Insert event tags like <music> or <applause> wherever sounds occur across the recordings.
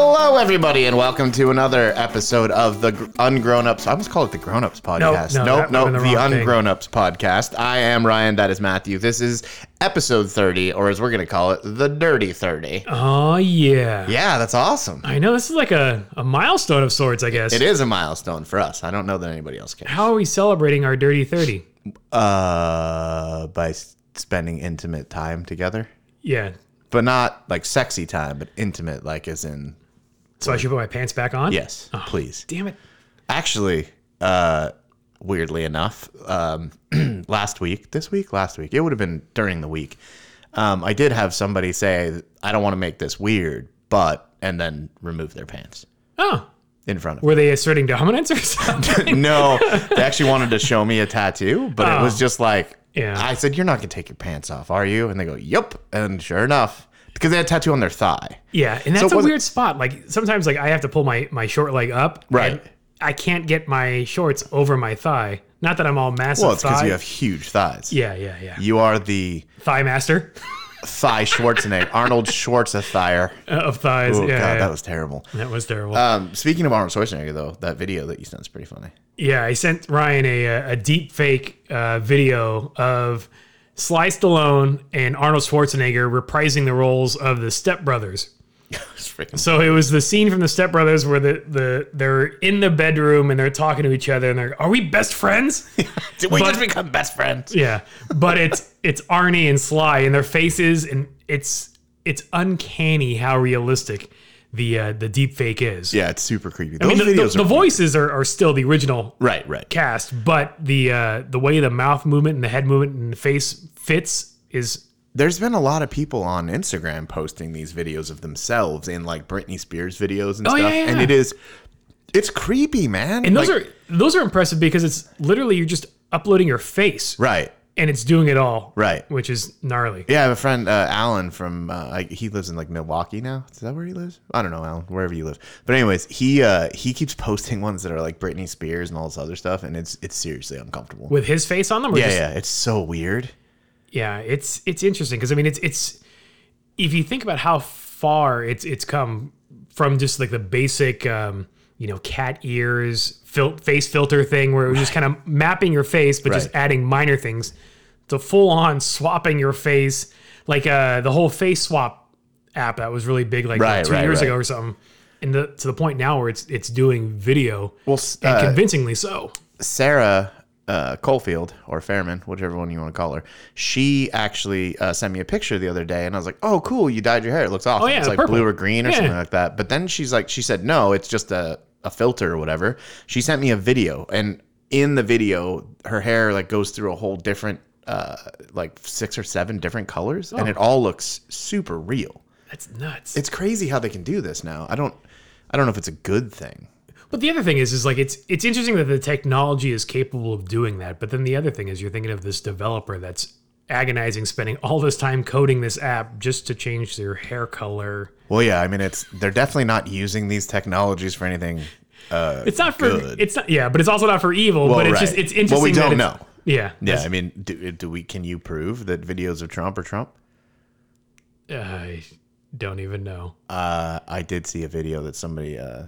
everybody, and welcome to another episode of the Gr- Ungrown Ups. I almost call it the Grown Ups podcast. no, nope, that would've nope, been the, the wrong thing. Ungrown Ups podcast. I am Ryan. That is Matthew. This is episode thirty, or as we're gonna call it, the Dirty Thirty. Oh yeah. Yeah, that's awesome. I know this is like a, a milestone of sorts, I guess. It is a milestone for us. I don't know that anybody else can. How are we celebrating our dirty thirty? Uh, by s- spending intimate time together, Yeah. but not like sexy time, but intimate, like as in So I should put my pants back on? yes, please. Damn it. Actually, uh, weirdly enough, um, <clears throat> last week, this week, last week, it would have been during the week. Um, I did have somebody say, "I don't want to make this weird," but and then remove their pants Oh. in front of me. Were they asserting dominance <laughs> or something? <laughs> no, they actually wanted to show me a tattoo, but it was just like, Oh. Yeah. I said, "You're not gonna take your pants off, are you?" And they go, "Yep." And sure enough, because they had a tattoo on their thigh. yeah. And that's a wasn't- weird spot. Like sometimes like I have to pull my, my short leg up. Right. and I can't get my shorts over my thigh. Not that I'm all massive Well, it's because thigh. you have huge thighs. yeah, yeah, yeah. You are the Thigh master <laughs> thigh Schwarzenegger, Arnold Schwarzenegger. of thighs. Oh <laughs> yeah, god, yeah. that was terrible. that was terrible. Um, speaking of Arnold Schwarzenegger, though, that video that you sent's pretty funny. Yeah, I sent Ryan a, a deep fake uh, video of Sly Stallone and Arnold Schwarzenegger reprising the roles of the Step Brothers. <laughs> It's <laughs> freaking So it was the scene from the Step Brothers where the, the they're in the bedroom and they're talking to each other and they're are we best <laughs> friends? Did we But- just become best friends? yeah, but it's it's Arnie and Sly and their faces and it's it's uncanny how realistic the uh, the deep fake is. Yeah, it's super creepy. Those I mean, the, the, videos the are voices are, are still the original right, right. cast, but the uh, the way the mouth movement and the head movement and the face fits is There's been a lot of people on Instagram posting these videos of themselves in like Britney Spears videos and Oh, stuff, yeah, and yeah. it is, it's creepy, man. and those are those are impressive because it's literally you're just uploading your face right. and it's doing it all Right. which is gnarly. Yeah, I have a friend, uh, Alan from uh, like, he lives in like Milwaukee now. Is that where he lives? I don't know, Alan, wherever you live. But anyways, he uh, he keeps posting ones that are like Britney Spears and all this other stuff, and it's it's seriously uncomfortable. With his face on them, or yeah, just, yeah, it's so weird. yeah, it's it's interesting because I mean it's it's if you think about how far it's it's come from just like the basic um, you know cat ears fil- face filter thing where it was just kind of mapping your face but just Right. adding minor things to full on swapping your face like uh, the whole face swap app that was really big like uh, Right, two right, years right. ago or something and the, to the point now where it's it's doing video Well, s- and uh, convincingly so Sarah uh, Colefield or Fairman, whichever one you want to call her, she actually uh, sent me a picture the other day, and I was like, "Oh, cool! You dyed your hair. It looks awesome. yeah, it's like purple. blue or green or Yeah. something like that." But then she's like, she said, "No, it's just a a filter or whatever." She sent me a video, and in the video, her hair like goes through a whole different. Uh, like six or seven different colors, and it all looks super real. that's nuts Oh. It's crazy how they can do this now. I don't, I don't know if it's a good thing. But the other thing is, is like it's it's interesting that the technology is capable of doing that. But then the other thing is, you're thinking of this developer that's agonizing, spending all this time coding this app just to change their hair color. Well, yeah, I mean, it's they're definitely not using these technologies for anything. it's not for it's not yeah, but it's also not for evil. but it's right. just it's Well, we interesting. that don't it's- know. Yeah, Yeah, I mean, do, do we? Can you prove that videos of Trump are Trump? I don't even know. Uh, I did see a video that somebody uh,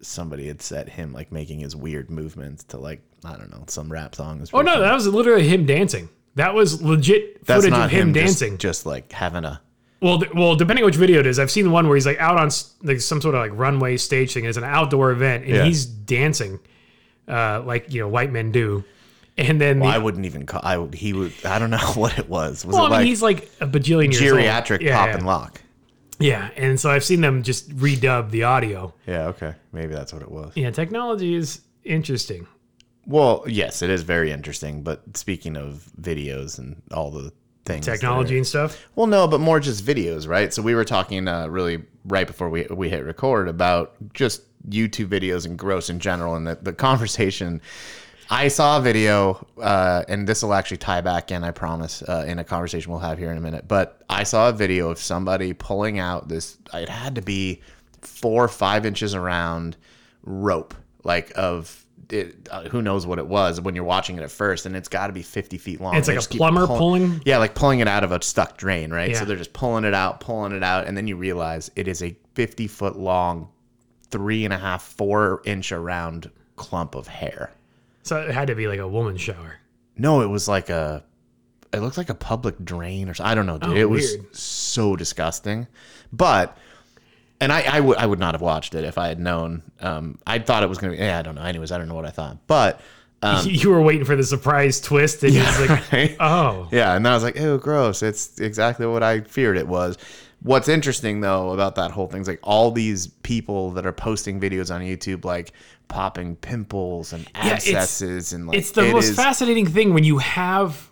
somebody had set him like making his weird movements to like I don't know some rap song. It's Oh no, that was literally him dancing. That was legit that's footage not of him, just- dancing. Just, like having a Well, th- well, depending on which video it is, I've seen the one where he's like out on s- like some sort of like runway stage thing. It's an outdoor event, and Yeah. he's dancing, uh, like you know white men do. And then, the, I wouldn't even call. I would. He would. I don't <laughs> know what it was. Was well, I it mean, like he's like a bajillion years old. geriatric yeah, pop yeah. and lock? Yeah, and so I've seen them just redub the audio. Yeah. Okay. Maybe that's what it was. Yeah, technology is interesting. Well, yes, it is very interesting. But speaking of videos and all the things, that are- Technology and stuff. Well, no, but more just videos, right? So we were talking uh, really right before we we hit record about just YouTube videos and gross in general, and the, the <laughs> conversation. I saw a video, uh, and this will actually tie back in, I promise, uh, in a conversation we'll have here in a minute. But I saw a video of somebody pulling out this. It had to be four or five inches around rope, like of. It, uh, who knows what it was when you're watching it at first, and it's got to be 50 feet long. It's They like a just keep plumber pulling- yeah, like pulling it out of a stuck drain, right? Yeah. So they're just pulling it out, pulling it out, and then you realize it is a 50 foot long three and a half, four inch around clump of hair. So it had to be like a woman's shower. No, it was like a. It looked like a public drain or something. I don't know, dude. Oh, it was weird. so disgusting. But, and I, I would I would not have watched it if I had known. Um, I thought it was gonna be. Yeah, I don't know. Anyways, I don't know what I thought. But, um, <laughs> you were waiting for the surprise twist, and it's <laughs> like, right? <laughs> oh, Yeah, and then I was like, "Ew, gross!" It's exactly what I feared it was. What's interesting though about that whole thing is like all these people that are posting videos on YouTube, like popping pimples and it's- abscesses, and like it's the it most is- fascinating thing when you have.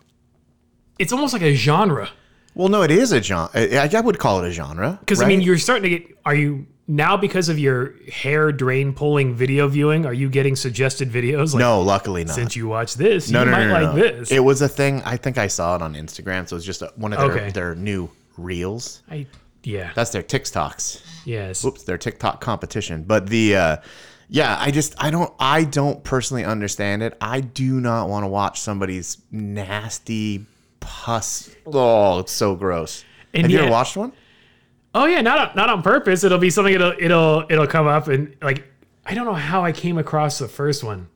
It's almost like a genre Well, no, it is a genre. I, I would call it a genre because right? I mean, you're starting to get. Are you now because of your hair drain pulling video viewing? Are you getting suggested videos? Like, no, luckily not. Since you watch this, no, you no, might no, no, like no. this. It was a thing. I think I saw it on Instagram. So it's just a, one of their Okay. their new reels. I, yeah. That's their TikToks. yes. Oops, their TikTok competition. But the uh yeah, I just I don't I don't personally understand it. I do not want to watch somebody's nasty pus. Oh, it's so gross. And Have you ever yet- watched one? Oh yeah, not on- not on purpose. It'll be something. It'll it'll it'll come up and like I don't know how I came across the first one.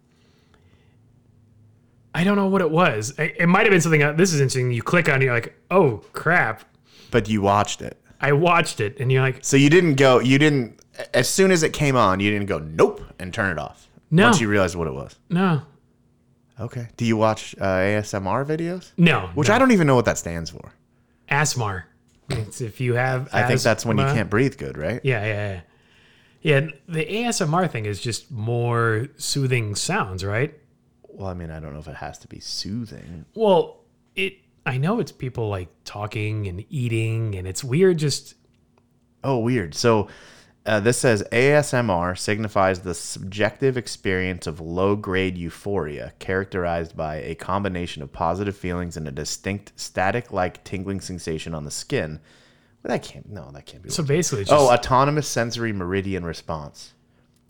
I don't know what it was. I- It might have been something. uh, This is interesting. You click on, it, you're like, oh crap! But you watched it. I watched it, and you're like, So you didn't go you didn't as soon as it came on, you didn't go nope and turn it off. No. Once you realized what it was. no, Okay. Do you watch uh, ASMR videos? no, Which no. I don't even know what that stands for. Asmar. It's if you have. I think that's when you asthma. can't breathe good, right? Yeah, yeah, yeah. Yeah, and the ASMR thing is just more soothing sounds, right? Well, I mean, I don't know if it has to be soothing. Well, it. I know it's people like talking and eating, and it's weird. Just Oh, weird. So uh, this says ASMR signifies the subjective experience of low grade euphoria characterized by a combination of positive feelings and a distinct static like tingling sensation on the skin. Well, that can't, no, that can't be. so basically, it's just, oh, autonomous sensory meridian response.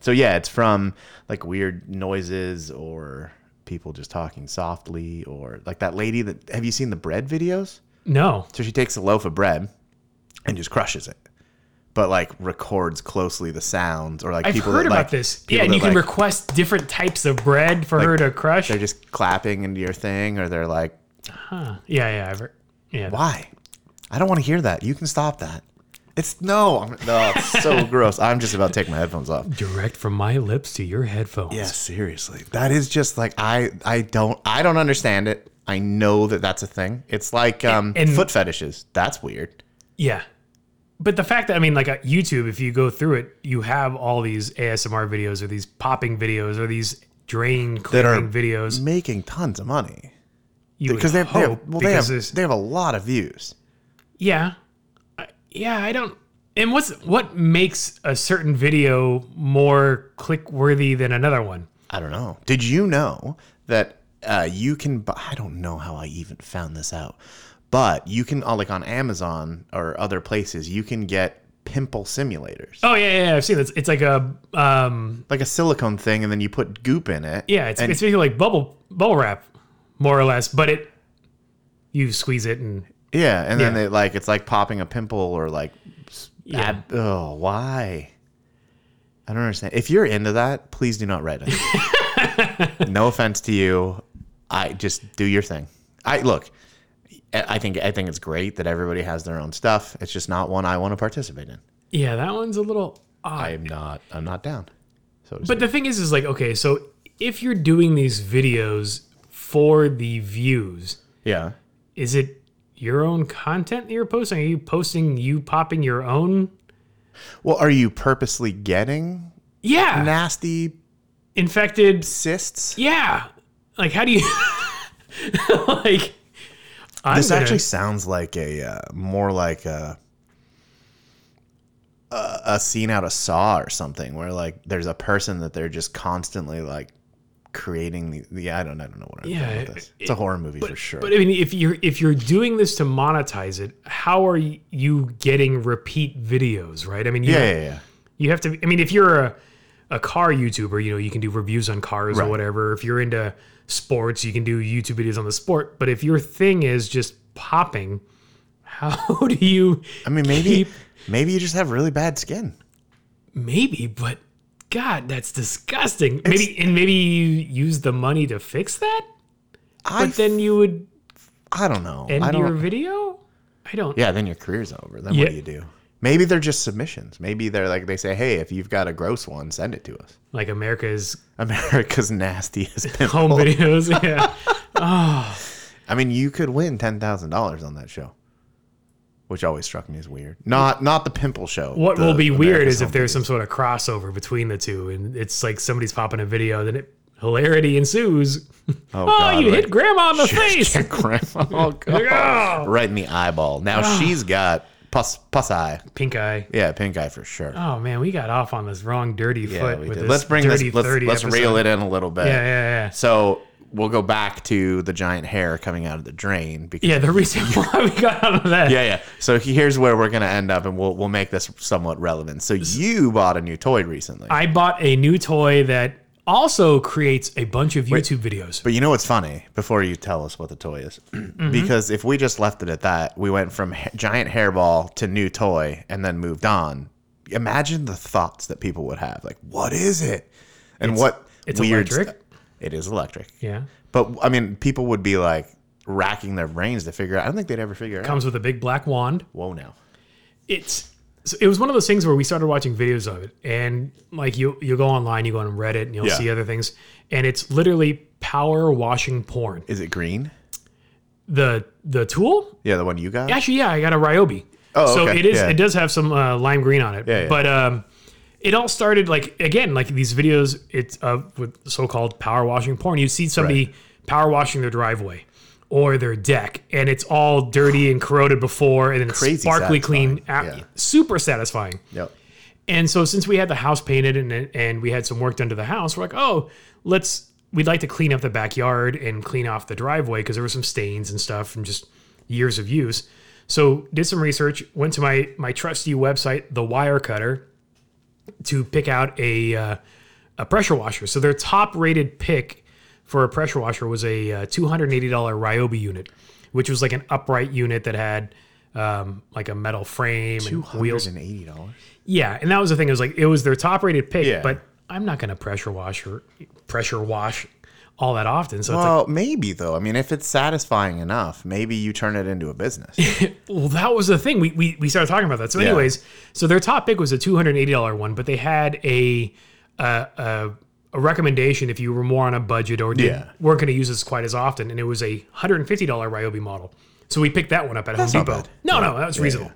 So yeah, it's from like weird noises or people just talking softly or like that lady that have you seen the bread videos? no. So she takes a loaf of bread and just crushes it, but like records closely the sounds or like I've people heard that, about like, this. people Yeah, and that, you can like, request different types of bread for her to crush. they're just clapping into your thing or they're like, Huh. Yeah, yeah, I've heard. Yeah. why? I don't want to hear that. You can stop that. It's no, I'm, no, it's <laughs> so gross. I'm just about to take my headphones off. Direct from my lips to your headphones. Yeah, seriously. That is just like I I don't I don't understand it. I know that that's a thing. It's like um and- foot fetishes. That's weird. Yeah. But the fact that I mean, like uh, YouTube, if you go through it, you have all these ASMR videos or these popping videos or these drain are- clearing videos. Making tons of money. You Because would they have, they have, hope, well, they, because have there's- they have a lot of views. Yeah. I, yeah, I don't And what's what makes a certain video more click worthy than another one? I don't know. Did you know that uh, you can buy? I don't know how I even found this out, but you can uh, like on Amazon or other places you can get pimple simulators, Oh yeah, yeah, yeah, I've seen this. It's like a um like a silicone thing, and then you put goop in it. yeah, it's and, it's basically like bubble bubble wrap, more or less, but it you squeeze it and yeah, and then yeah. they like it's like popping a pimple or like s- ab- oh why. I don't understand. If you're into that, please do not write us. no offense to you. I just do your thing. I look. I I think I think it's great that everybody has their own stuff. It's just not one I want to participate in. yeah, that one's a little odd. I'm not. I'm not down. So to But the thing is, is like, okay, so if you're doing these videos for the views, speak. yeah, is it your own content that you're posting? Are you posting you popping your own? well, are you purposely getting Yeah, nasty infected. cysts? Yeah, like how do you <laughs> like? I'm This gonna- actually sounds like a uh, more like a, a a scene out of Saw or something, where like there's a person that they're just constantly like creating the. the I don't. I don't know what I'm Yeah, yeah, about this. It's a horror movie for sure. But I mean, if you're if you're doing this to monetize it, how are you getting repeat videos? Right? I mean, you yeah, yeah, yeah. You have to. I mean, if you're a, a car YouTuber, you know you can do reviews on cars or whatever. If you're into sports, you can do YouTube videos on the sport. But if your thing is just popping, how <laughs> do you? I mean, maybe keep- maybe you just have really bad skin. maybe, but God, that's disgusting. Maybe and maybe you use the money to fix that, I, but then you would I don't know. I end don't. your video. I don't. yeah, then your career's over. Then Yeah. what do you do? Maybe they're just submissions. Maybe they're like they say, "Hey, if you've got a gross one, send it to us." <laughs> Like America's America's nastiest pimp. home videos. <laughs> Yeah. I mean, you could win ten thousand dollars on that show, which always struck me as weird. Not not the pimple show. What the will be weird America's is if Home there's some sort of crossover between the two, and it's like somebody's popping a video, then it, hilarity ensues. Oh, God, you right. hit <laughs> grandma in the face! Video. <laughs> Grandma, <laughs> oh god, Like, oh. right in the eyeball. Now Ah. she's got pus pus eye. Pink eye. Yeah, pink eye for sure. Oh man, we got off on this wrong dirty yeah, foot we with did. this. Let's bring this. dirty Let's, 30 let's episode. reel it in a little bit. Yeah, yeah, yeah. So we'll go back to the giant hair coming out of the drain because. Yeah, the reason <laughs> why we got out of that. Yeah, yeah. So he- here's where we're gonna end up, and we'll we'll make this somewhat relevant. So you bought a new toy recently, I bought a new toy that also creates a bunch of YouTube videos. But you know what's funny? Before you tell us what the toy is, <clears throat> Mm-hmm. because if we just left it at that, we went from ha- giant hairball to new toy and then moved on. Imagine the thoughts that people would have. Like, what is it? And what it's weird electric. stu- it is electric. Yeah. But I mean, people would be like racking their brains to figure out. I don't think they'd ever figure it out. Comes with a big black wand. Whoa, now. it's so it was one of those things where we started watching videos of it and like you you go online you go on reddit and you'll Yeah. see other things and it's literally power washing porn Is it green? the the tool Yeah, the one you got. actually yeah i got a ryobi Oh, so okay. it is Yeah. it does have some uh, lime green on it Yeah, yeah. but um it all started like again like these videos it's uh, with so-called power washing porn you'd see somebody power washing their driveway or their deck and it's all dirty and corroded before and then it's Crazy sparkly clean satisfying. a- Yeah. super satisfying Yep. And so since we had the house painted and and we had some work done to the house, we're like, oh, let's we'd like to clean up the backyard and clean off the driveway because there were some stains and stuff from just years of use. So did some research, went to my my trusty website, the Wire Cutter, to pick out a uh, a pressure washer. So their top rated pick for a pressure washer was a uh, two hundred eighty dollar Ryobi unit, which was like an upright unit that had um, like a metal frame and wheels and eighty dollars. yeah, and that was the thing. It was like it was their top rated pick, Yeah. but I'm not going to pressure wash or pressure wash all that often. So Well, maybe though. I mean, if it's satisfying enough, maybe you turn it into a business. it's like, well, that was the thing. We we, we started talking about that. So, anyways, so their top pick was a $280 one, but they had a a, a, a recommendation if you were more on a budget or did, Yeah. weren't going to use this quite as often, and it was a $150 Ryobi model. So we picked that one up at Home not Depot. bad. No, no, that was reasonable.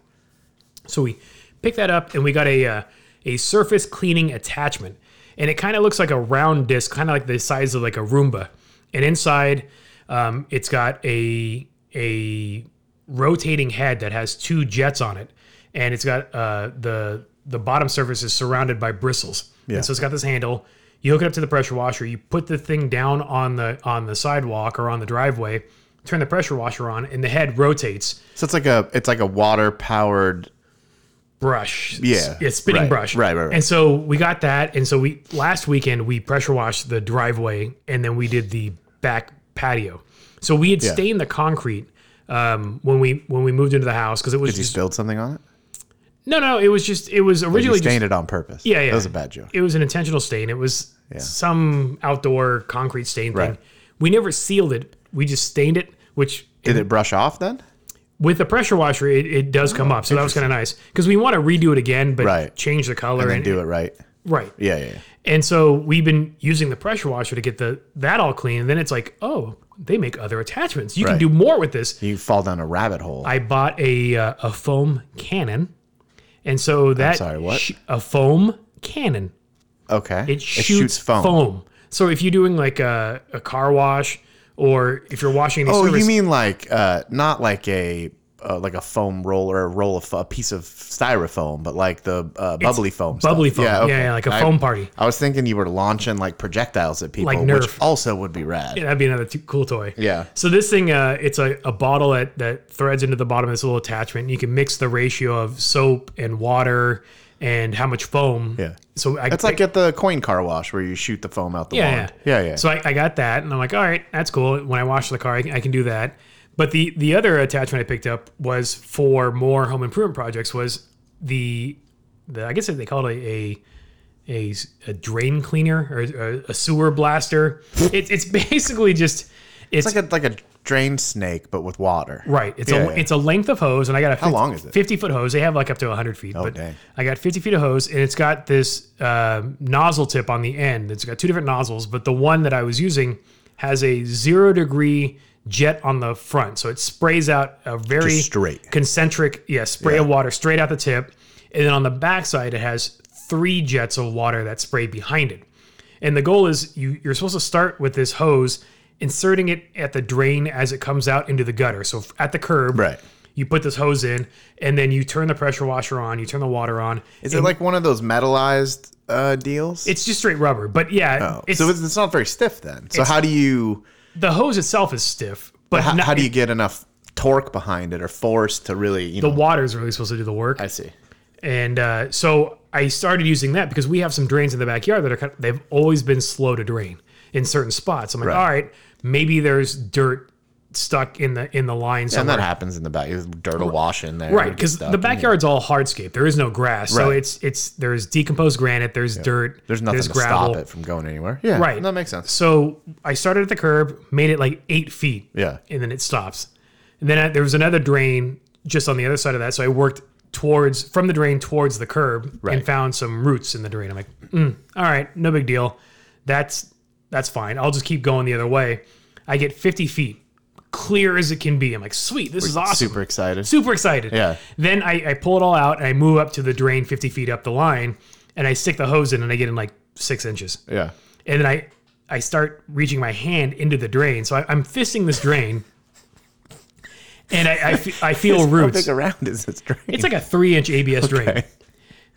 So we picked that up and we got a uh, a surface cleaning attachment, and it kind of looks like a round disc, kind of like the size of like a Roomba. And inside, um, it's got a a rotating head that has two jets on it, and it's got uh, the the bottom surface is surrounded by bristles. And so it's got this handle. You hook it up to the pressure washer. You put the thing down on the on the sidewalk or on the driveway. Turn the pressure washer on, and the head rotates. So it's like a it's like a water powered brush. Yeah, Yeah, spinning right, brush. right, right, right. And so we got that. And so we last weekend we pressure washed the driveway and then we did the back patio. So we had stained the concrete um, when we when we moved into the house because it was Did you just, spilled something on it? no no it was just it was You originally just stained it on purpose. Yeah, yeah. That was a bad joke. it was an intentional stain. It was some outdoor concrete stain thing. Right. We never sealed it. We just stained it, which Did it brush off then? with the pressure washer, it, it does come up. So that was kind of nice because we want to redo it again, but Oh, Right. change the color Then and, do it right. right. Yeah, yeah, yeah. And so we've been using the pressure washer to get the that all clean. And then it's like, oh, they make other attachments. You can Right. do more with this. You fall down a rabbit hole. I bought a uh, a foam cannon, and so that sorry, what? sh- a foam cannon. okay. It shoots, foam. So if you're doing like a, a car wash, or if you're washing the Oh, service, you mean like uh, not like a uh, like a foam roll or a roll of a piece of styrofoam, but like the uh, bubbly foam. stuff. bubbly foam? Yeah, okay. yeah, like a I- foam party. I was thinking you were launching like projectiles at people, Like which Nerf. also would be rad. Yeah, that'd be another t- cool toy. Yeah. So this thing, uh, it's a, a bottle that, that threads into the bottom of this little attachment. And you can mix the ratio of soap and water and how much foam. Yeah. So I, It's like at the coin car wash where you shoot the foam out the yeah, wand. Yeah, yeah. So I, I got that, and I'm like, all right, that's cool. When I wash the car, I can, I can do that. But the the other attachment I picked up was for more home improvement projects. Was the the I guess they call it a a, a, a drain cleaner or a, a sewer blaster. It, it's basically just it's, It's like a like a drain snake, but with water. right. It's Yeah, a yeah. it's a length of hose, and I got a how long is it? Oh, Fifty foot hose. They have like up to hundred feet. but dang. I got fifty feet of hose, and it's got this uh, nozzle tip on the end. It's got two different nozzles, but the one that I was using has a zero degree jet on the front, so it sprays out a very Just straight. concentric yeah spray of water straight out the tip and then on the backside it has three jets of water that spray behind it and the goal is you, you're supposed to start with this hose inserting it at the drain as it comes out into the gutter so f- at the curb Right. you put this hose in and then you turn the pressure washer on you turn the water on Is it like one of those metallized uh, deals? Oh. it's just straight rubber but yeah it's, so it's, it's not very stiff then. So how do you the hose itself is stiff but how, not, how do you get enough torque behind it or force to really you know? the water is really supposed to do the work I see. And uh, so I started using that because we have some drains in the backyard that are kind they've always been slow to drain in certain spots. I'm like, Right. all right, maybe there's dirt stuck in the in the line And that somewhere. happens in the back. There's Dirt will wash in there. Right, It because gets the stuck. backyard's all hardscape. There is no grass, so Right. it's it's there's decomposed granite, there's dirt, there's nothing to stop it from going anywhere. Yeah, Right. That makes sense. So I started at the curb, made it like eight feet. Yeah. And then it stops. And then I, there was another drain just on the other side of that. So I worked towards, from the drain towards the curb and Right. found some roots in the drain. I'm like, mm, all right, no big deal. That's, that's fine. I'll just keep going the other way. I get 50 feet, clear as it can be. I'm like, sweet, this is awesome. Super excited. Super excited. Yeah. Then I, I pull it all out and I move up to the drain 50 feet up the line and I stick the hose in and I get in like six inches Yeah. and then I I start reaching my hand into the drain. So I, I'm fisting this drain, and I I fe- <laughs> I feel How roots. big around is this drain? It's like a three inch ABS drain.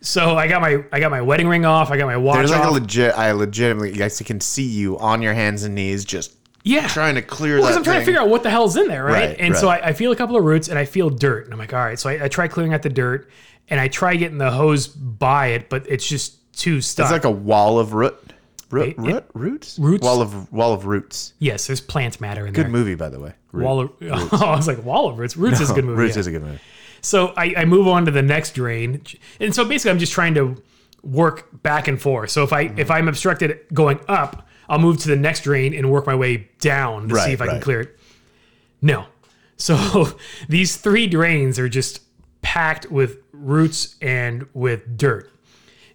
So I got my I got my wedding ring off. I got my watch There's like off. a legit. I legitimately. I can see you on your hands and knees, just yeah. trying to clear because that. I'm trying to thing. figure out what the hell's in there, right? Right, and so right. I, I feel a couple of roots and I feel dirt. And I'm like, all right. So I, I try clearing out the dirt and I try getting the hose by it, but it's just too stuck. It's like a wall of root, root, It- it- root, roots, Roots? wall of wall of roots. yes, there's plant matter in Good there. movie, by the way. Root. Wall <laughs> of, I was like, wall of roots. Roots is a good movie. Roots yeah. is a good movie. So I, I move on to the next drain, and so basically I'm just trying to work back and forth. So if I if I'm obstructed going up, I'll move to the next drain and work my way down to see Right, if I can right. clear it. No, so <laughs> these three drains are just packed with roots and with dirt,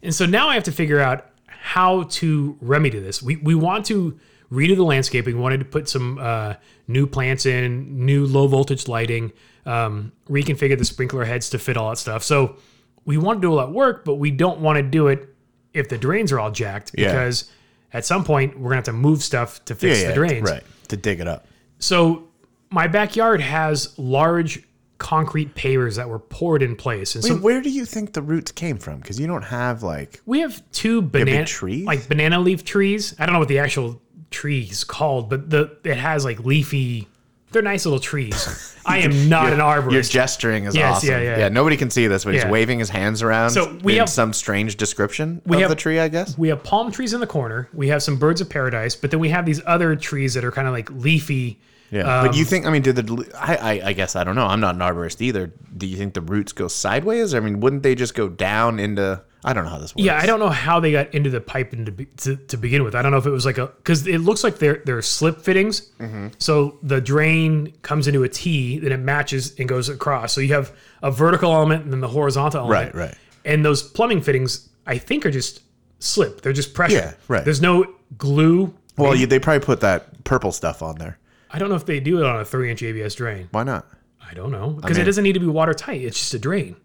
and so now I have to figure out how to remedy this. We we want to redo the landscaping. We wanted to put some uh, new plants in, new low voltage lighting, um, reconfigure the sprinkler heads to fit all that stuff. So we want to do all that work, but we don't want to do it if the drains are all jacked Yeah. because at some point we're gonna have to move stuff to fix the drains. right to dig it up. So my backyard has large concrete pavers that were poured in place, and so So where do you think the roots came from? Because you don't have like We have two banana trees? like banana leaf trees. I don't know what the actual tree is called, but the it has like leafy. They're nice little trees. I am not an your arborist. gesturing is Yes, awesome. yeah, yeah. nobody can see this, but Yeah. he's waving his hands around. So we in have- some strange description of have- the tree, I guess. We have palm trees in the corner. We have some birds of paradise, but then we have these other trees that are kind of like leafy. um Yeah, but you think? I mean, did the? I, I I guess I don't know. I'm not an arborist either. Do you think the roots go sideways? I mean, wouldn't they just go down into? I don't know how this works. Yeah, I don't know how they got into the pipe and to, be, to, to begin with. I don't know if it was like a because it looks like they're they're slip fittings. Mm-hmm. So the drain comes into a T, then it matches and goes across. So you have a vertical element and then the horizontal element. Right, right. And those plumbing fittings, I think, are just slip. They're just pressure. Yeah, right. There's no glue. Well, you, they probably put that purple stuff on there. I don't know if they do it on a three inch ABS drain. Why not? I don't know because it doesn't need to be watertight. It's just a drain,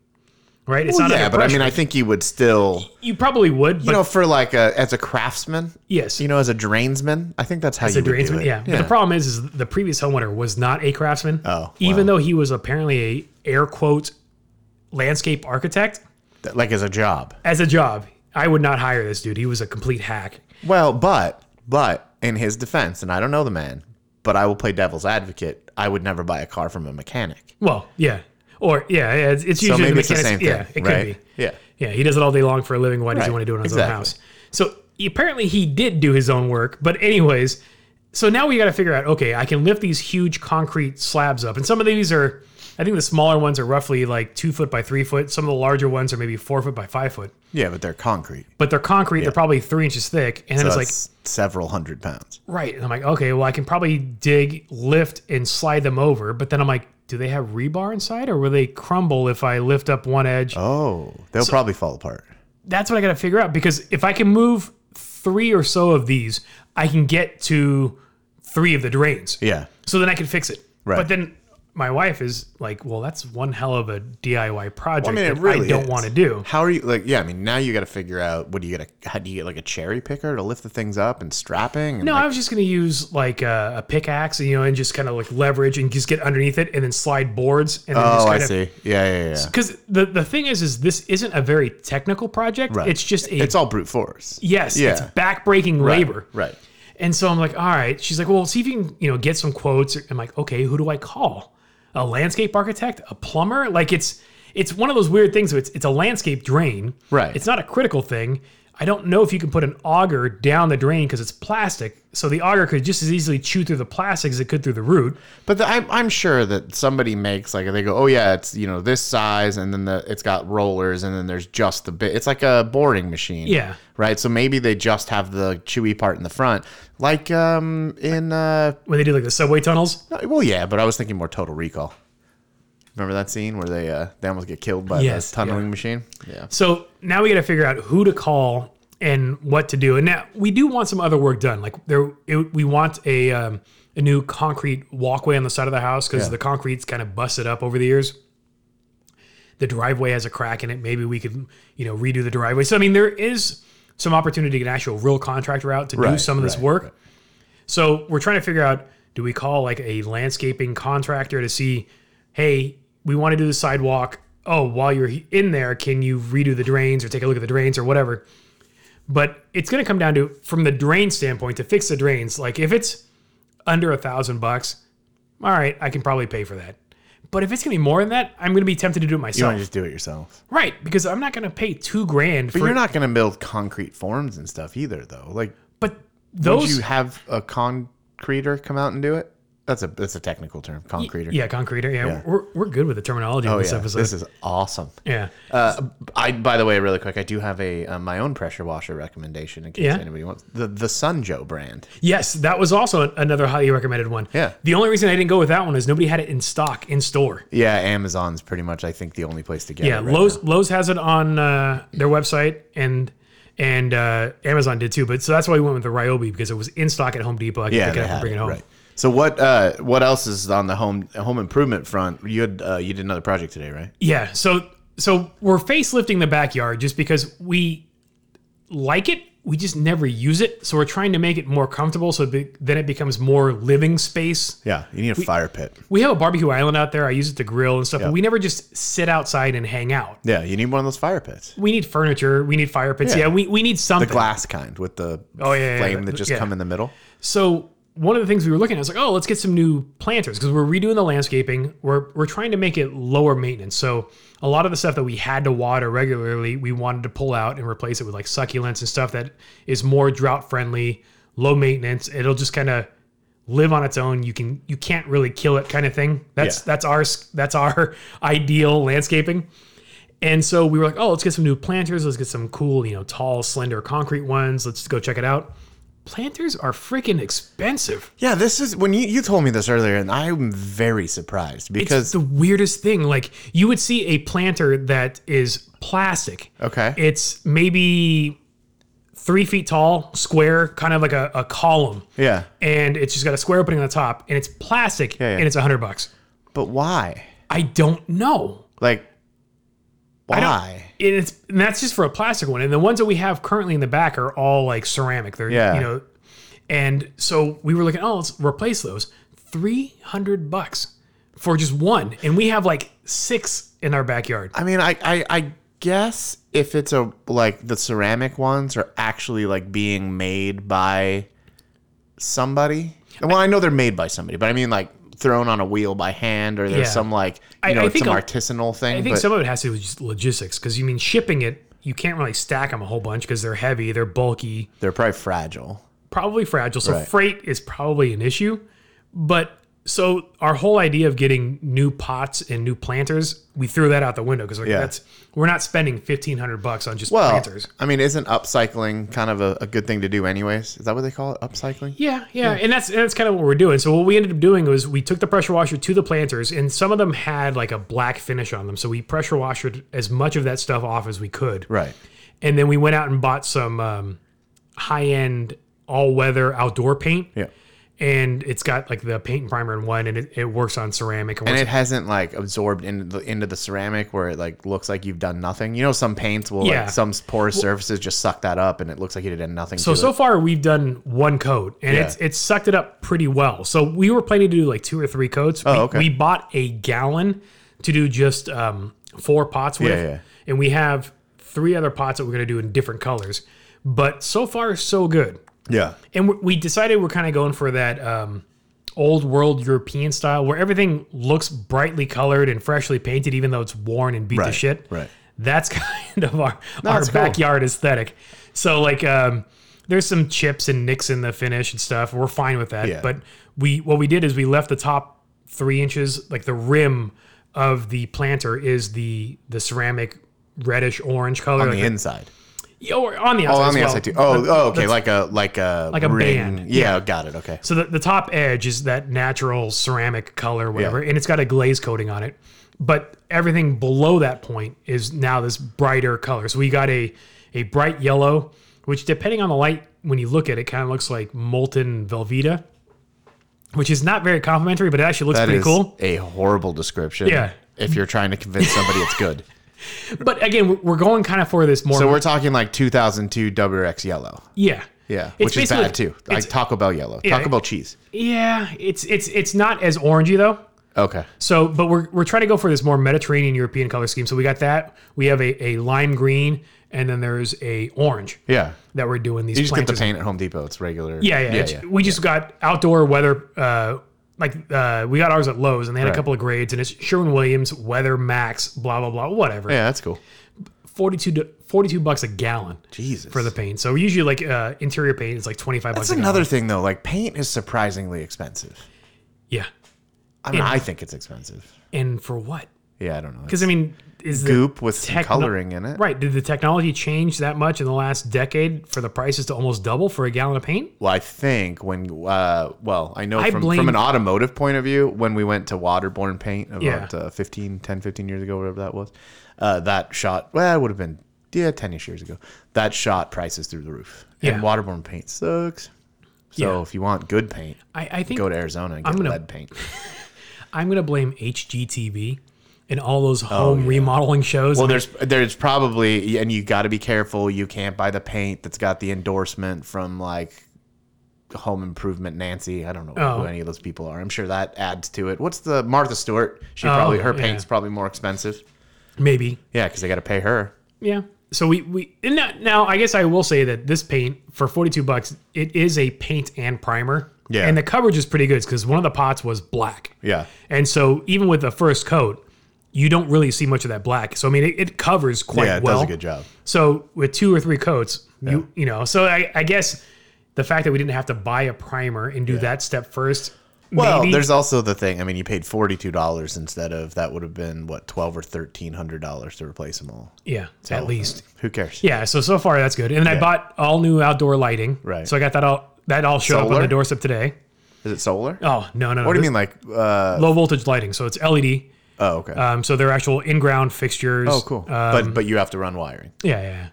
right? It's Well, not. yeah, under but I mean, pressure. I think you would still, you probably would, but you know, for like a as a craftsman, yes, you know, as a drainsman, I think that's how you the would drains- do it. yeah. But the problem is, is the previous homeowner was not a craftsman. Oh, even though he was apparently a air quote landscape architect Th- like as a job. as a job. I would not hire this dude. He was a complete hack. Well, but but in his defense, and I don't know the man, but I will play devil's advocate. I would never buy a car from a mechanic. Well, yeah, or yeah, yeah it's, it's So usually maybe the it's the mechanics- same thing, yeah, it right? could be. Yeah. Yeah, he does it all day long for a living. Why does he Right, want to do it on his exactly. own house? So apparently he did do his own work. But anyways, so now we got to figure out. Okay, I can lift these huge concrete slabs up, and some of these are I think the smaller ones are roughly like two foot by three foot. Some of the larger ones are maybe four foot by five foot. Yeah, but they're concrete. But they're concrete. They're probably three inches thick. And then So it's it's like several hundred pounds. Right. And I'm like, okay, well, I can probably dig, lift, and slide them over. But then I'm like, do they have rebar inside or will they crumble if I lift up one edge? Oh, they'll probably fall apart. That's what I got to figure out because if I can move three or so of these, I can get to three of the drains. Yeah. So then I can fix it. Right. But then my wife is like, well, that's one hell of a DIY project mean, it that I really don't is. want to do. How are you like? Yeah, I mean, now you got to figure out what do you got to? How do you get like a cherry picker to lift the things up and strapping? And No, like, I was just going to use like a, a pickaxe, you know, and just kind of like leverage and just get underneath it and then slide boards and then just oh, I kind of see. Yeah, yeah, yeah. because the the thing is is this isn't a very technical project Right. it's just a It's all brute force. yes it's yeah. backbreaking labor Right. and so i'm like all right she's like well see if you can you know get some quotes i'm like okay who do i call a landscape architect a plumber like it's it's one of those weird things where it's it's a landscape drain Right. it's not a critical thing i don't know if you can put an auger down the drain because it's plastic so the auger could just as easily chew through the plastic as it could through the root But the, I'm, I'm sure that somebody makes like they go, oh yeah, it's you know this size, and then the it's got rollers, and then there's just the bit. It's like a boring machine. Yeah. Right. So maybe they just have the chewy part in the front, like um in uh when they do like the subway tunnels well yeah, but I was thinking more Total Recall. Remember that scene where they uh they almost get killed by Yes, the tunneling machine? Yeah. So now we got to figure out who to call and what to do. And now we do want some other work done. Like there, it, we want a um, a new concrete walkway on the side of the house because Yeah. the concrete's kind of busted up over the years. The driveway has a crack in it. Maybe we could, you know, redo the driveway. So I mean, there is some opportunity to get an actual real contractor out to do Right, some of this right, work. So we're trying to figure out: do we call like a landscaping contractor to see, hey, we want to do the sidewalk. Oh, while you're in there, can you redo the drains or take a look at the drains or whatever? But it's going to come down to from the drain standpoint to fix the drains. Like if it's under a thousand bucks, all right, I can probably pay for that. But if it's going to be more than that, I'm going to be tempted to do it You myself. want to just do it yourself. Right, because I'm not going to pay two grand But for. you're not going to build concrete forms and stuff either, though. Like, but would those, you have a concreter come out and do it? That's a that's a technical term, concreter. yeah, concreter. Yeah, We're, we're good with the terminology on Oh, this yeah. episode. This is awesome. yeah, Uh, I by the way, really quick, I do have a uh, my own pressure washer recommendation in case Yeah. anybody wants the the Sunjo brand. yes, that was also an- another highly recommended one. Yeah. the only reason I didn't go with that one is nobody had it in stock in store. Yeah, Amazon's pretty much I think the only place to get. Yeah, it right Lowe's Lowe's has it on uh, their website and and uh, Amazon did too. But so that's why we went with the Ryobi because it was in stock at Home Depot. I could Yeah, pick it they up and had bring it, it, home. Right. So what uh, what else is on the home home improvement front? You had uh, you did another project today, right? Yeah. So so we're facelifting the backyard just because we like it. We just never use it. So we're trying to make it more comfortable. So be, then it becomes more living space. Yeah, you need a fire pit. We have a barbecue island out there. I use it to grill and stuff. But we never just sit outside and hang out. Yeah, you need one of those fire pits. We need furniture. We need fire pits. Yeah. Yeah. we, we need something. The glass kind with the Oh, yeah, yeah, flame yeah, that just yeah. come in the middle. So one of the things we were looking at is like, oh, let's get some new planters because we're redoing the landscaping. We're we're trying to make it lower maintenance. So a lot of the stuff that we had to water regularly, we wanted to pull out and replace it with like succulents and stuff that is more drought friendly, low maintenance. It'll just kind of live on its own. You can you can't really kill it kind of thing. That's Yeah. that's our s- that's our <laughs> ideal landscaping. And so we were like, oh, let's get some new planters. Let's get some cool, you know, tall, slender concrete ones. Let's go check it out. Planters are freaking expensive. Yeah, this is when you, you told me this earlier, and I'm very surprised It's because the weirdest thing. Like you would see a planter that is plastic. okay, It's maybe three feet tall, square, kind of like a, a column. yeah, And it's just got a square opening on the top and it's plastic yeah. and it's a hundred bucks. but why? I don't know. Like, don't- why? and it's and that's just for a plastic one. And the ones that we have currently in the back are all like ceramic. They're Yeah. you know, and so we were looking, oh, let's replace those. Three hundred bucks for just one, and we have like six in our backyard. I mean, I, I I guess if it's a like the ceramic ones are actually like being made by somebody. Well, I know they're made by somebody, but I mean like thrown on a wheel by hand, or there's Yeah. some like I- you know I it's think some a- artisanal thing. I think but, some of it has to do with just logistics because you mean shipping it. You can't really stack them a whole bunch because they're heavy, they're bulky, they're probably fragile. probably fragile. So Right. freight is probably an issue, but So our whole idea of getting new pots and new planters, we threw that out the window because like, Yeah. that's we're not spending fifteen hundred bucks on just Well, planters. I mean, isn't upcycling kind of a, a good thing to do, anyways? Is that what they call it? Upcycling? Yeah, yeah, and that's and that's kind of what we're doing. So what we ended up doing was we took the pressure washer to the planters, and some of them had like a black finish on them. So we pressure washered as much of that stuff off as we could, Right. and then we went out and bought some um, high end all weather outdoor paint. Yeah. And it's got like the paint and primer in one, and it, it works on ceramic. And works it hasn't like absorbed into the into the ceramic where it like looks like you've done nothing. You know, some paints will Yeah. like some porous surfaces just suck that up, and it looks like you did nothing. So to so it. far we've done one coat and it's it's sucked it up pretty well. So we were planning to do like two or three coats. we, Oh, okay. we bought a gallon to do just um, four pots with, Yeah, yeah. and we have three other pots that we're gonna do in different colors. But so far so good. yeah, And we- we decided we're kind of going for that um, old world European style where everything looks brightly colored and freshly painted, even though it's worn and beat to Right, shit. right. That's <laughs> kind of our our that's cool. backyard aesthetic. So like, um, there's some chips and nicks in the finish and stuff. We're fine with that. Yeah. But we what we did is we left the top three inches, like the rim of the planter is the the ceramic reddish orange color on like the inside. or on the outside. Oh, on as the well. outside too. Oh, But oh, okay, that's- like a like a Like a ring. band. Yeah, got it. Okay. So the, the top edge is that natural ceramic color, whatever, and it's got a glaze coating on it. But everything below that point is now this brighter color. So we got a a bright yellow, which depending on the light, when you look at it, kind of looks like molten Velveeta, which is not very complimentary, but it actually looks That pretty is cool. a horrible description. Yeah. If you're trying to convince somebody it's good. But again, we're- we're going kind of for this more. So we're talking like 2002 WRX yellow. yeah, Yeah, It's which is bad basically- too. Like Taco Bell yellow. Taco Bell cheese. yeah. It's it's it's not as orangey though. Okay. So, but we're, we're trying to go for this more Mediterranean European color scheme. So we got that. We have a, a lime green, and then there's a orange Yeah. that we're doing these You just get the planters. paint at Home Depot. It's regular. yeah, yeah. it's- Oh, we just got outdoor weather. Uh, like uh, we got ours at Lowe's, and they had a Right. couple of grades, and it's Sherwin Williams Weather Max, blah blah blah, whatever. Yeah, that's cool. 42, to- 42 bucks a gallon Jesus. for the paint. So usually like uh, interior paint is like twenty five bucks. that's a another thing though. Like paint is surprisingly expensive. gallon. I mean, I think it's expensive. Yeah, and for what? Yeah, I don't know. Because I mean, is the goop with some techno- coloring in it. Right. Did the technology change that much in the last decade for the prices to almost double for a gallon of paint? Well, I think when, uh, well, I know I from, blame- from an automotive point of view, when we went to waterborne paint about Yeah. uh, 15, 10, 15 years ago, whatever that was, uh, that shot, well, it would have been, yeah, 10 ish years ago, that shot prices through the roof. Yeah. And waterborne paint sucks. So Yeah. if you want good paint, I, I think go to Arizona and get gonna- lead paint. I'm going to blame HGTV and all those home remodeling shows. Oh, Well, there's there's probably, and you got to be careful. You can't buy the paint that's got the endorsement from like Home Improvement Nancy. I don't know Oh. who any of those people are. I'm sure that adds to it. What's the Martha Stewart? She Oh, probably her yeah. paint's probably more expensive. Maybe. Yeah, because they got to pay her. Yeah. So we, we and now, now I guess I will say that this paint for 42 bucks, it is a paint and primer. Yeah. And the coverage is pretty good because one of the pots was black. Yeah, And so even with the first coat, you don't really see much of that black. So I mean, it, it covers quite yeah, it well. does a good job. So with two or three coats, you you know. So I, I guess the fact that we didn't have to buy a primer and do that step first. Well, maybe, there's also the thing. I mean, you paid forty two dollars instead of that would have been what twelve or thirteen hundred dollars to replace them all. yeah, Oh, at least Who cares? yeah. So so far that's good. And then I bought all new outdoor lighting. Right. So I got that all that all show up on Solar? the doorstep today. Is it solar? Oh no no no. what do you mean, like? Uh, Low voltage lighting. So it's LED. oh, okay. Um, so they're actual in ground fixtures. Uh, oh, cool. um, but but you have to run wiring. Yeah, yeah, yeah.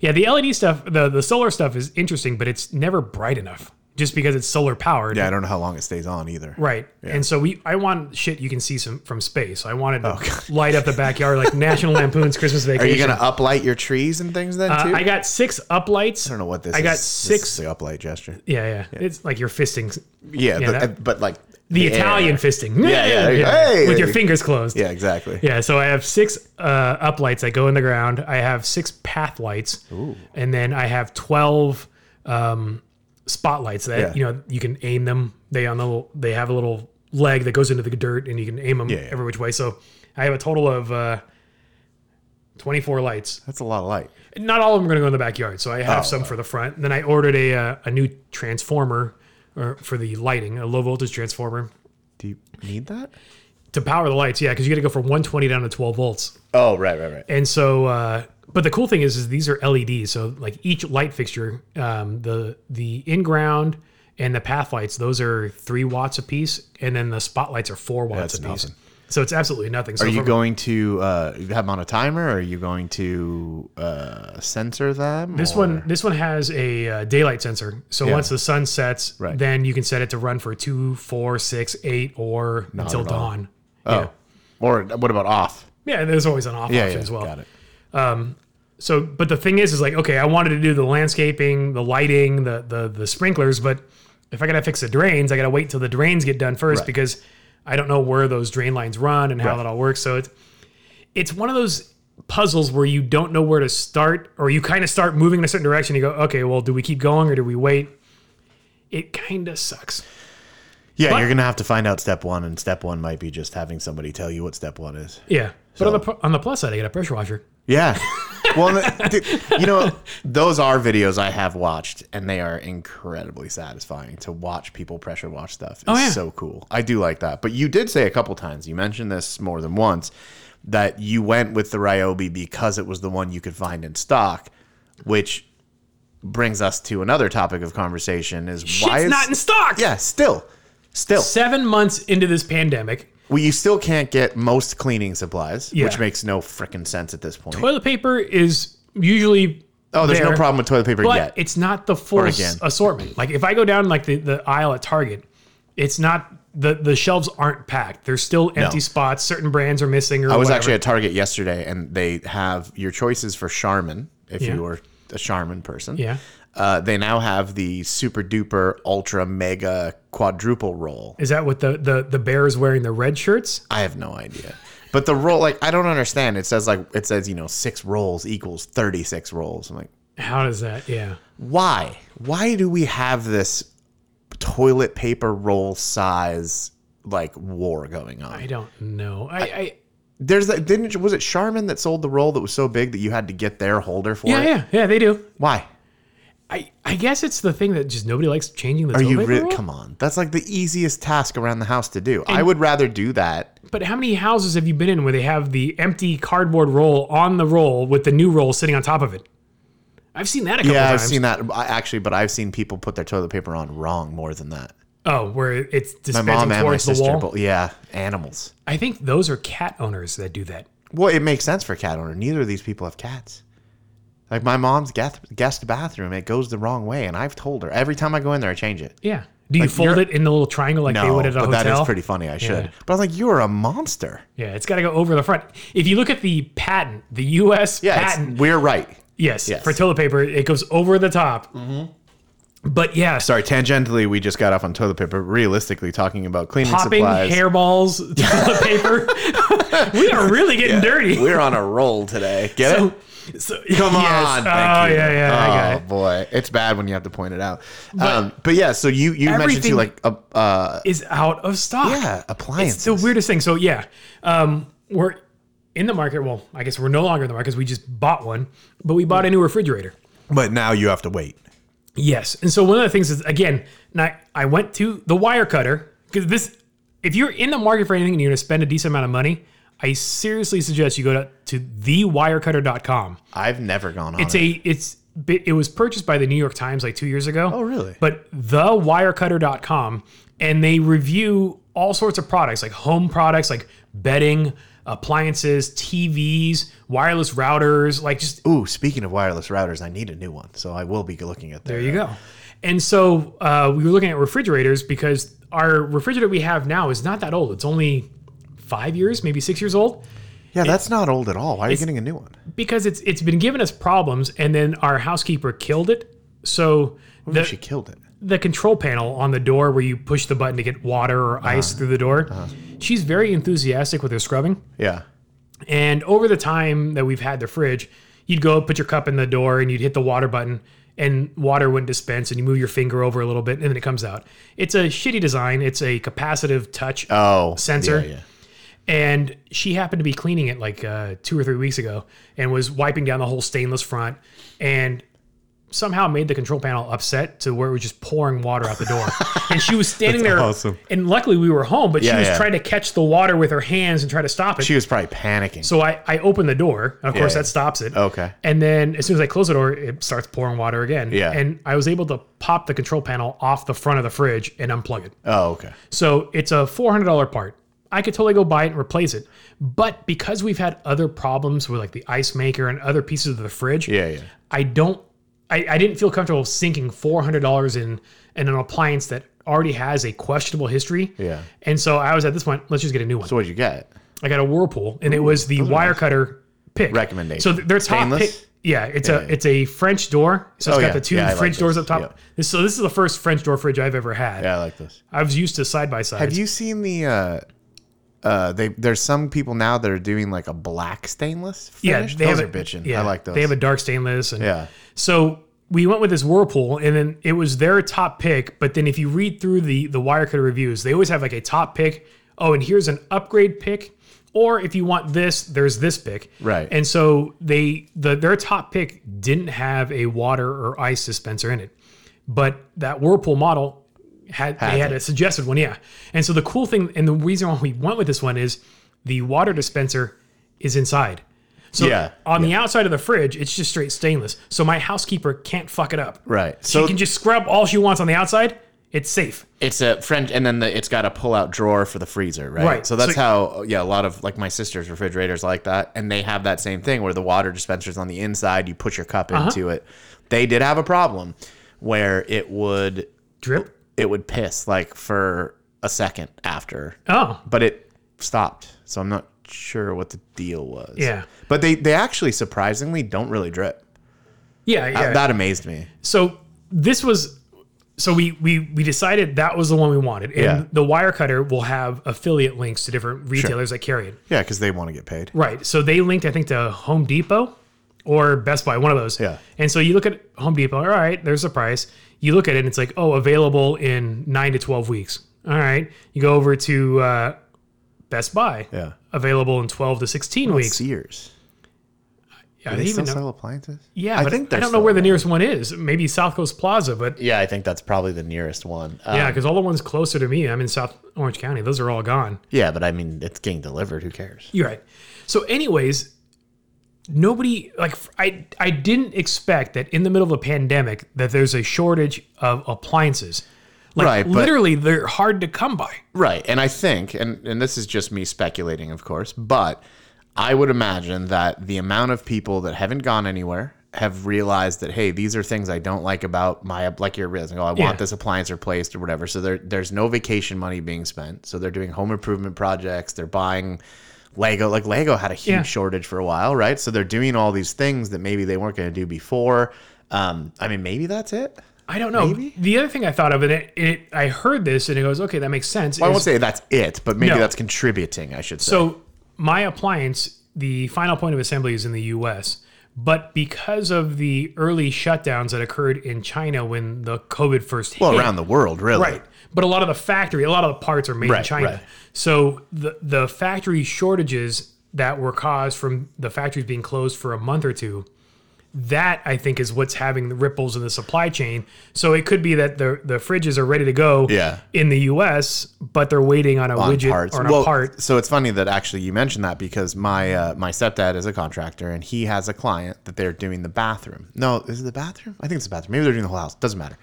Yeah, the LED stuff, the the solar stuff is interesting, but it's never bright enough just because it's solar powered. Yeah, I don't know how long it stays on either. Right. And so we I want shit you can see some from space. I wanted to light up the backyard like National Lampoon's Christmas Oh, Are Vacation. you gonna uplight your trees and things then too? Uh, I got six uplights. I don't know what this I is. got This six- is the uplight gesture. Yeah, yeah, It's like you're fisting Yeah, but, uh, that- but like the air. Italian fisting. yeah, there <laughs> you go. Hey! with your fingers closed. Yeah, exactly. Yeah, so I have six uh, up lights that go in the ground. I have six path lights, and then I have twelve um, spotlights that Yeah. you know you can aim them. They on the little- they have a little leg that goes into the dirt, and you can aim them yeah. every which way. So I have a total of uh, twenty four lights. That's a lot of light. Not all of them are going to go in the backyard, so I Oh, have some for the front. Then I ordered a uh, a new transformer or for the lighting, a low voltage transformer. Do you need that? to power the lights. Yeah, because you got to go from 120 down to 12 volts. Oh, right, right, right. And so, uh, but the cool thing is, is these are LEDs. So like each light fixture, um, the the in ground and the path lights, those are three watts a piece, and then the spotlights are four That's watts a piece. nothing. So it's absolutely nothing. So Are you from- going to uh, have them on a timer? Or are you going to uh, censor them? This one, this one has a uh, daylight sensor. So once the sun sets, Right. then you can set it to run for two, four, six, eight, or until at all. dawn. Yeah. Oh. Or what about off? Yeah, there's always an off option as well. Got it. So, but the thing is, is like, okay, I wanted to do the landscaping, the lighting, the the the sprinklers, but if I gotta fix the drains, I gotta wait till the drains get done first because I don't know where those drain lines run and how that all works. So it's it's one of those puzzles where you don't know where to start, or you kind of start moving in a certain direction. You go, okay, well, do we keep going or do we wait? It kind of sucks. Yeah, But- you're gonna have to find out step one, and step one might be just having somebody tell you what step one is. Yeah, but on the pl- on the plus side, I got a pressure washer. Yeah. Well, <laughs> th- dude, you know, those are videos I have watched, and they are incredibly satisfying to watch people pressure wash stuff. It's Oh, yeah. so cool. I do like that. But you did say a couple times, you mentioned this more than once, that you went with the Ryobi because it was the one you could find in stock, which brings us to another topic of conversation is why Shit's is not in stock. yeah still still Seven months into this pandemic, well you still can't get most cleaning supplies Yeah. which makes no freaking sense at this point toilet paper is usually oh there's no there. problem with toilet paper but yet it's not the full s- again. assortment. Like if I go down like the, the aisle at Target, it's not the the shelves aren't packed. There's still empty spots. Certain brands are missing. Or I was whatever. actually at Target yesterday, and they have your choices for Charmin if Yeah. you were a Charmin person. Yeah. Uh, they now have the super duper ultra mega quadruple roll. Is that what the the the bears wearing the red shirts? I have no idea, but the roll like I don't understand. It says like it says you know six rolls equals thirty six rolls. I'm like, How does that? Yeah. why? Why do we have this toilet paper roll size like war going on? I don't know. I, I There's that didn't was it Charmin that sold the roll that was so big that you had to get their holder for yeah it? yeah yeah they do. Why? I I guess it's the thing that just nobody likes changing the. Are you toilet paper re- roll. come on? That's like the easiest task around the house to do. I would rather do that. But how many houses have you been in where they have the empty cardboard roll on the roll with the new roll sitting on top of it? I've seen that a couple Yeah, I've times. seen that I, actually, but I've seen people put their toilet paper on wrong more than that. oh, where it's My dispensing mom and my towards the sister, wall. but yeah, animals. I think those are cat owners that do that. Well, it makes sense for a cat owner. Neither of these people have cats. Like my mom's guest, guest bathroom, it goes the wrong way, and I've told her every time I go in there, I change it. Yeah. Do you fold it in the little triangle like they No, would at but a hotel? that is pretty funny. I should, Yeah. but I'm like, you are a monster. yeah, it's got to go over the front. If you look at the patent, the U.S. Yeah, it's- patent, we're right. yes, yes. for toilet paper, it goes over the top. Mm-hmm. But yeah, Sorry, tangentially, we just got off on toilet paper. Realistically, talking about cleaning popping supplies. <laughs> hairballs, toilet paper. <laughs> we are really getting dirty. We're on a roll today. Get So, it? so- Come yes. on. Oh Thank you. yeah, yeah, I got Oh, it. boy, it's bad when you have to point it out. But, um, but yeah, so you you mentioned too, everything- like a uh, Is out of <sighs> stock. yeah appliances. It's the weirdest thing. So yeah, um, we're in the market. Well, I guess we're no longer in the market because we just bought one, but we bought a new refrigerator. but now you have to wait. Yes, and so one of the things is again, and I, I went to the wire cutter because this, if you're in the market for anything and you're going to spend a decent amount of money, I seriously suggest you go to, to thewirecutter.com. I've never gone on. It's it. a it's it was purchased by the New York Times like two years ago. Oh, really? But thewirecutter.com and they review all sorts of products like home products, like bedding, appliances, TVs, wireless routers, like just Ooh, speaking of wireless routers, I need a new one, so I will be looking at there that. you go. And so uh, we were looking at refrigerators because our refrigerator we have now is not that old. It's only five years, maybe six years old. Yeah, that's not old at all. Why are you getting a new one? Because it's it's been giving us problems and then our housekeeper killed it. So the, she killed it. the control panel on the door where you push the button to get water or ice through the door. She's very enthusiastic with her scrubbing. Yeah. And over the time that we've had the fridge, you'd go put your cup in the door and you'd hit the water button and water wouldn't dispense and you move your finger over a little bit and then it comes out. It's a shitty design. It's a capacitive touch Oh, Sensor. Yeah, yeah. and she happened to be cleaning it like uh, two or three weeks ago and was wiping down the whole stainless front and somehow made the control panel upset to where it was just pouring water out <laughs> the door. and she was standing That's there. awesome. And luckily we were home, but Yeah, she was yeah. trying to catch the water with her hands and try to stop it. She was probably panicking. so I, I opened the door. And of course, yeah. Oh. that stops it. Okay. And then as soon as I close the door, it starts pouring water again. Yeah. And I was able to pop the control panel off the front of the fridge and unplug it. oh, okay. So it's a $400 part. I could totally go buy it and replace it. But because we've had other problems with like the ice maker and other pieces of the fridge, Yeah, yeah. I don't, I, I didn't feel comfortable sinking $400 in, in an appliance that already has a questionable history. Yeah. And so I was at this point, let's just get a new one. So what'd you get? I got a Whirlpool and it was the wire cutter pick. Recommendation. So th- their top Stainless? pick. Yeah, it's a it's a French door. So it's Oh, got yeah. the two Yeah, I like French doors those. up top. Yeah. This- So this is the first French door fridge I've ever had. Yeah, I like this. I was used to side by side. Have you seen the? uh uh, they there's some people now that are doing like a black stainless finish. those have are a- bitching. yeah, I like those. They have a dark stainless. And Yeah. So we went with this Whirlpool, and then it was their top pick. But then if you read through the the Wirecutter reviews, they always have like a top pick. Oh, and here's an upgrade pick. Or if you want this, there's this pick. Right. And so they the their top pick didn't have a water or ice dispenser in it, but that Whirlpool model had they had a suggested one, yeah. And so the cool thing and the reason why we went with this one is the water dispenser is inside. So Yeah. on the outside of the fridge, it's just straight stainless. So my housekeeper can't fuck it up. right. She can just scrub all she wants on the outside. It's safe. It's a French, and then the, it's got a pull-out drawer for the freezer, right? Right. So that's So- how, yeah, a lot of like my sister's refrigerators like that, and they have that same thing where the water dispenser's on the inside. You put your cup Uh-huh. into it. They did have a problem where it would Drip. it would piss like for a second after, Oh, but it stopped. So I'm not sure what the deal was. Yeah. But they they actually surprisingly don't really drip. yeah, yeah. That amazed me. so this was so we we we decided that was the one we wanted, and Yeah. the wire cutter will have affiliate links to different retailers that carry it. Yeah, because they want to get paid. Right. So they linked, I think, to Home Depot or Best Buy, one of those. Yeah. And so you look at Home Depot, all right, there's a price. You look at it and it's like, oh, available in nine to 12 weeks. All right. You go over to uh, Best Buy, Yeah. available in 12 to 16 weeks. Sears. I Do don't they even still know- sell appliances? yeah, but I, they're don't know still where the around. nearest one is. Maybe South Coast Plaza, but Yeah, I think that's probably the nearest one. Uh, yeah, because all the ones closer to me, I'm in South Orange County. Those are all gone. yeah, but I mean, it's getting delivered. Who cares? You're right. So, anyways, nobody like f- I I didn't expect that in the middle of a pandemic that there's a shortage of appliances. Like Right, but- literally they're hard to come by. Right. And I think, and, and this is just me speculating, of course, but I would imagine that the amount of people that haven't gone anywhere have realized that, hey, these are things I don't like about my, like your realizing, oh, I want Yeah. this appliance replaced or whatever. So there, there's no vacation money being spent. So they're doing home improvement projects. They're buying Lego. Like Lego had a huge Yeah. shortage for a while, right? So they're doing all these things that maybe they weren't going to do before. Um, I mean, maybe that's it. I don't know. The other thing I thought of and it, it I heard this and it goes, okay, that makes sense. I is- won't say that's it, but maybe No. that's contributing, I should say. So my appliance, the final point of assembly is in the U.S., but because of the early shutdowns that occurred in China when the COVID first hit, well, around the world, really. Right. But a lot of the factory, a lot of the parts are made in Right, China. right. So the the factory shortages that were caused from the factories being closed for a month or two, that I think is what's having the ripples in the supply chain. So it could be that the the fridges are ready to go Yeah. in the US, but they're waiting on a widget or on Well, a part. So it's funny that actually you mentioned that because my uh, my stepdad is a contractor and he has a client that they're doing the bathroom. No, is it the bathroom? I think it's the bathroom. Maybe they're doing the whole house. Doesn't matter.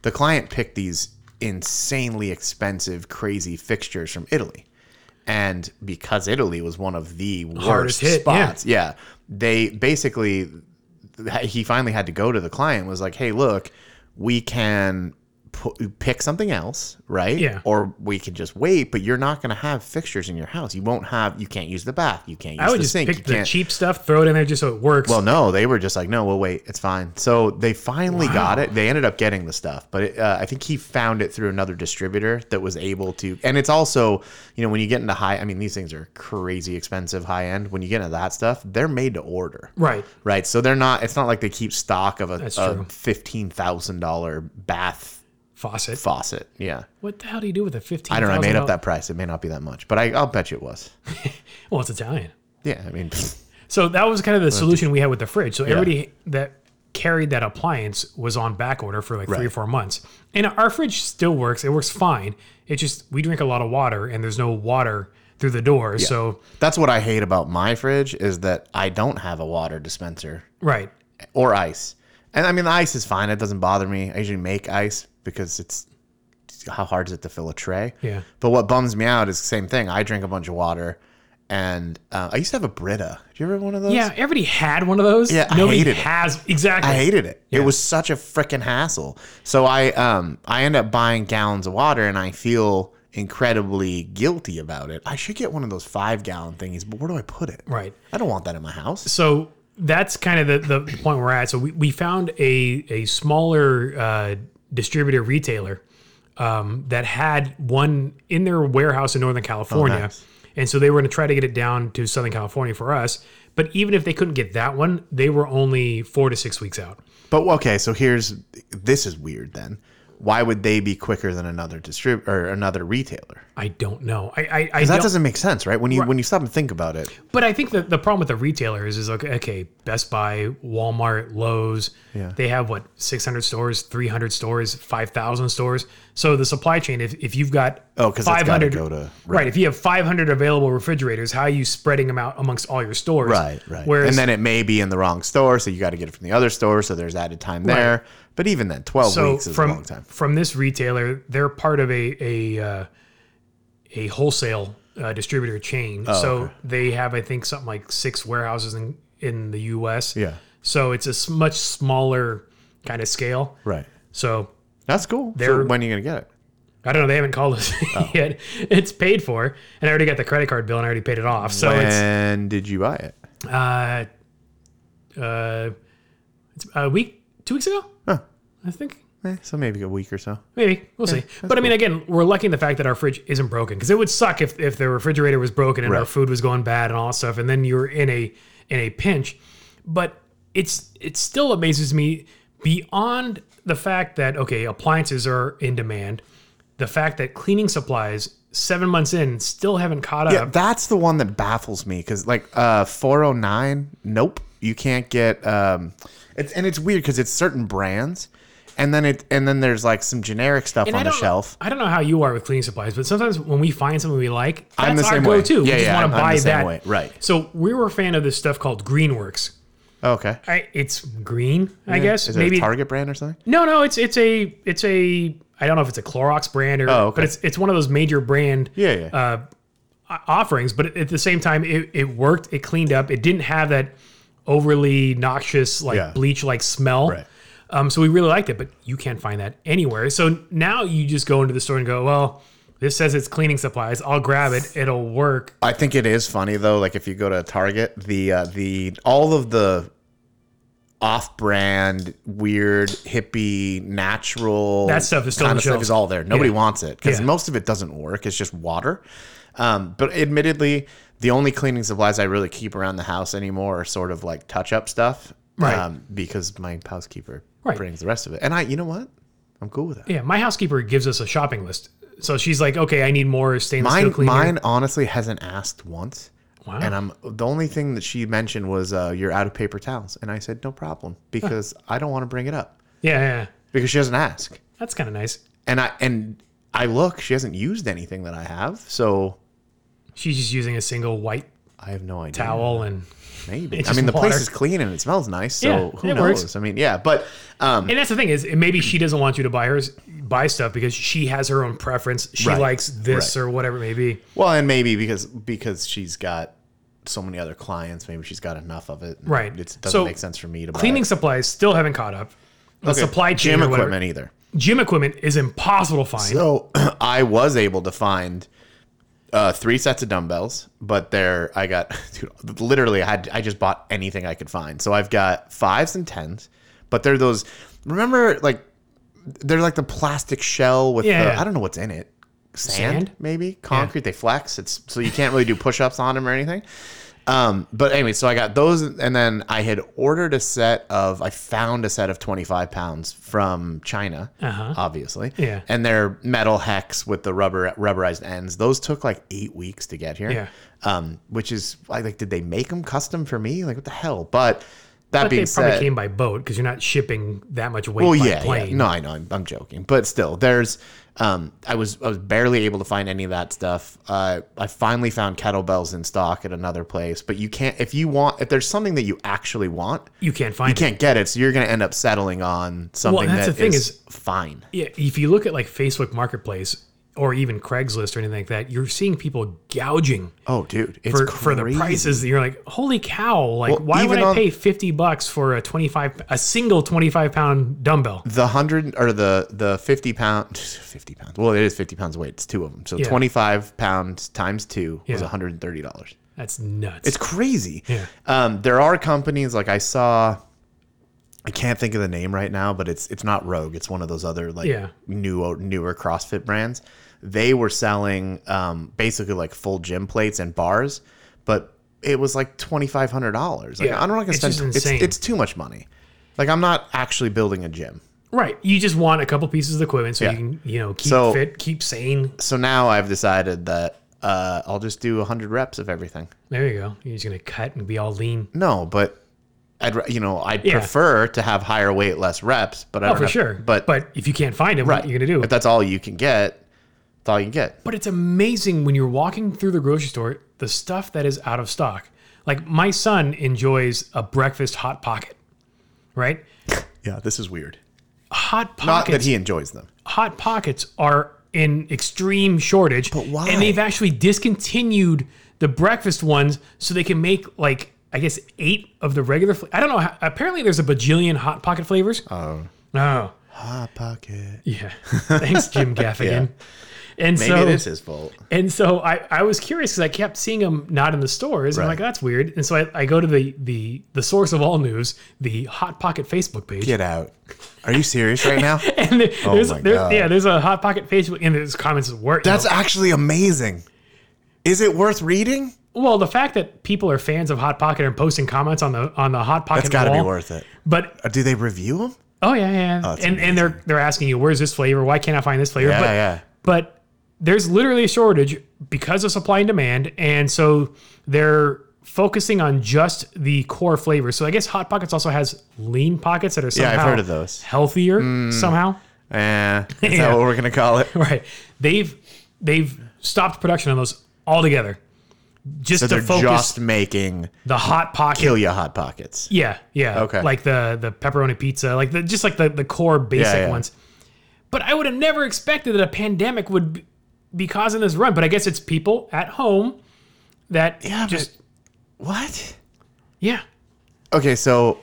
The client picked these insanely expensive, crazy fixtures from Italy. And because Italy was one of the worst Hardest hit, yeah. spots, yeah, they basically he finally had to go to the client and was like hey look we can pu- pick something else right Yeah. or we can just wait but you're not going to have fixtures in your house you won't have you can't use the bath you can't use I would the just sink you pick the can't cheap stuff, throw it in there just so it works. well no they were just like no we'll wait it's fine so they finally got it they ended up getting the stuff but it, uh, i think he found it through another distributor that was able to and it's also you know when you get into high i mean these things are crazy expensive high end when you get into that stuff they're made to order right. Right. So they're not, it's not like they keep stock of a, a true. $15,000 bath Faucet. faucet. Yeah. What the hell do you do with a fifteen? I don't know. I made up that price. It may not be that much, but I, I'll bet you it was. Well, it's Italian. Yeah. I mean, <laughs> So that was kind of the solution we had with the fridge. So everybody that carried that appliance was on back order for like three or Right. four months. And our fridge still works. It works fine. It just we drink a lot of water and there's no water through the door. So That's what I hate about my fridge is that I don't have a water dispenser right. or ice. And I mean, the ice is fine. It doesn't bother me. I usually make ice because it's how hard is it to fill a tray? Yeah. But what bums me out is the same thing. I drink a bunch of water, and uh, I used to have a Brita. Do you ever have one of those? Yeah, everybody had one of those. Yeah, I nobody hated it. has exactly. I hated it. It was such a freaking hassle. So I um I end up buying gallons of water and I feel incredibly guilty about it. I should get one of those five gallon thingies, but where do I put it? right. I don't want that in my house. so that's kind of the, the point we're at. So we, we found a, a smaller uh, distributor retailer um, that had one in their warehouse in Northern California. Oh, nice. And so they were going to try to get it down to Southern California for us. But even if they couldn't get that one, they were only four to six weeks out. But okay, so here's this is weird then. Why would they be quicker than another distrib or another retailer? I don't know. I, I, I That don't- doesn't make sense, right? When you when you stop and think about it. But I think that the problem with the retailers is like, okay, Best Buy, Walmart, Lowe's, they have what, 600 stores, 300 stores, 5,000 stores. So the supply chain, if, if you've got Oh, 'cause it's gotta go to- right. if you have 500 available refrigerators, how are you spreading them out amongst all your stores? Whereas, Whereas, and then it may be in the wrong store, so you got to get it from the other store, so there's added time there. But even then, 12 so weeks is from, a long time. from this retailer, they're part of a, a, uh, a wholesale uh, distributor chain. Oh, so they have, I think, something like six warehouses in, in the US. Yeah. So it's a s- much smaller kind of scale. Right. So That's cool. So They're- when are you going to get it? I don't know. They haven't called us <laughs> Oh. yet. It's paid for, and I already got the credit card bill, and I already paid it off. Oh, So it's And did you buy it? uh, uh, it's a week, two weeks ago, Huh. I think. Eh, so maybe a week or so. Maybe we'll see. But I mean, again, we're lucky in the fact that our fridge isn't broken because it would suck if, if the refrigerator was broken and our Right. food was going bad and all that stuff, and then you're in a in a pinch. But it's it still amazes me beyond the fact that okay, appliances are in demand, the fact that cleaning supplies seven months in still haven't caught up. Yeah, Uh, that's the one that baffles me because like uh, 409, nope, you can't get. Um, it's and it's weird because it's certain brands, and then it and then there's like some generic stuff And on I the don't know- shelf. I don't know how you are with cleaning supplies, but sometimes when we find something we like, that's I'm the our same way. go-to. we Yeah, just yeah, I'm- want to I'm the buy same that. way. Right. So we were a fan of this stuff called Greenworks. Oh, Okay, I, it's green, I guess. is it Maybe a Target brand or something? no, no. It's it's a it's a I don't know if it's a Clorox brand or Oh, okay. but it's it's one of those major brand Yeah, yeah. o- offerings. But at the same time, it, it worked. It cleaned up. It didn't have that overly noxious like Yeah. bleach like smell. Right. Um, so we really liked it, but you can't find that anywhere. So now you just go into the store and go, well, this says it's cleaning supplies. I'll grab it. It'll work. I think it is funny though. Like if you go to Target, the uh, the all of the off-brand, weird, hippie, natural That stuff is still on kind the of stuff shelves. is all there. Nobody Yeah. wants it because Yeah. most of it doesn't work. It's just water. Um, but admittedly, the only cleaning supplies I really keep around the house anymore are sort of like touch-up stuff, Right. Um, because my housekeeper Right. brings the rest of it, and I, you know what, I'm cool with that. Yeah, my housekeeper gives us a shopping list. So she's like, okay, I need more stainless steel Mine, cleaner. mine honestly hasn't asked once. Wow. And I'm the only thing that she mentioned was uh, you're out of paper towels, and I said no problem because I don't want to bring it up yeah, yeah, yeah. because she doesn't ask. That's kind of nice. And I and I look, she hasn't used anything that I have, so She's just using a single white I have no idea. towel and Maybe It's I mean just the place water. is clean and it smells nice, so Yeah, who it knows? works. I mean, yeah, but um, and that's the thing is maybe she doesn't want you to buy hers buy stuff because she has her own preference. She Right. likes this or whatever it may be. well, and maybe because because she's got so many other clients, maybe she's got enough of it. and Right. it doesn't So, make sense for me to buy Cleaning it. supplies still haven't caught up. The Okay, supply chain gym or whatever- equipment either. Gym equipment is impossible to find. So <clears throat> I was able to find uh, three sets of dumbbells, but there I got <laughs> dude, literally I had I just bought anything I could find. So I've got fives and tens, but they're those. Remember, like they're like the plastic shell with Yeah. the I don't know what's in it. Sand, Sand? maybe concrete. They flex. It's so you can't really do push-ups on them or anything. Um, but anyway, so I got those, and then I had ordered a set of. I found a set of 25 pounds from China, Uh-huh. obviously. Yeah. And they're metal hex with the rubber rubberized ends. Those took like eight weeks to get here. Yeah. Um, which is like, like, did they make them custom for me? Like, what the hell? But That But they being probably said, came by boat because you're not shipping that much weight well, by yeah, plane. yeah. No, I know. I'm, I'm joking, but still, there's. Um, I was I was barely able to find any of that stuff. Uh, I finally found kettlebells in stock at another place, but you can't if you want if there's something that you actually want, You can't find you can't get it, so you're gonna end up settling on something that's that the thing is fine. Yeah, if you look at like Facebook Marketplace or even Craigslist or anything like that, you're seeing people gouging Oh, dude, it's for, crazy. for the prices that you're like, holy cow! Like, why would even I on- pay fifty bucks for a twenty five, a single twenty five pound dumbbell? the hundred or the the fifty pound fifty pounds. Well, it is fifty pounds weight. It's two of them. So Yeah. twenty five pounds times two was Yeah. one hundred and thirty dollars. That's nuts. It's crazy. Yeah. Um, there are companies like I saw. I can't think of the name right now, but it's it's not Rogue. It's one of those other like Yeah. new newer CrossFit brands. They were selling um, basically like full gym plates and bars, but it was like twenty five hundred dollars. Like, Yeah. I'm not gonna It's spend. just it's, insane. it's too much money. Like I'm not actually building a gym. right. You just want a couple pieces of equipment so Yeah. you can, you know, keep So- fit, keep sane. So now I've decided that uh, I'll just do hundred reps of everything. There you go. You're just gonna cut and be all lean. No, but I'd ra- you know I would Yeah. prefer to have higher weight, less reps. But I Oh, don't for have- sure. But but if you can't find it, what are you gonna do? If that's all you can get, that's all you can get. But it's amazing when you're walking through the grocery store, the stuff that is out of stock. Like my son enjoys a breakfast hot pocket, right? Yeah, this is weird. Hot Not that pockets, he enjoys them. hot pockets are in extreme shortage. But why? And they've actually discontinued the breakfast ones so they can make like I guess eight of the regular. Fl- I don't know. how- Apparently, there's a bajillion hot pocket flavors. Oh. Oh. Hot pocket. Yeah. <laughs> Thanks, <laughs> Jim Gaffigan. And Maybe so it is his fault. And so I, I was curious because I kept seeing them not in the stores. I'm Right. like, that's weird. And so I, I go to the, the the source of all news, the Hot Pocket Facebook page. Get out. Are you serious right now? <laughs> And there- there's, Oh my there- God. yeah, there's a Hot Pocket Facebook, and there's comments that work. That's actually amazing. Is it worth reading? well, the fact that people are fans of Hot Pocket and posting comments on the on the Hot Pocket. It's got to be wall, worth it. But Uh, Do they review them? oh yeah, yeah, that's and and they're they're asking you, where's this flavor? Why can't I find this flavor? Yeah, but, yeah. But there's literally a shortage because of supply and demand, and so they're focusing on just the core flavors. So I guess hot pockets also has lean pockets that are Yeah, somehow I've heard of those. Hmm. healthier somehow. <laughs> Eh, is Yeah. that what we're gonna call it? Right? They've they've stopped production on those altogether, just So to they're focus just making the hot pocket. kill ya hot pockets. Yeah, yeah. Okay. Like the the pepperoni pizza, like the just like the the core basic Yeah, yeah. ones. But I would have never expected that a pandemic would b- be causing this run. But I guess it's people at home that Yeah, but- just What? yeah. Okay, so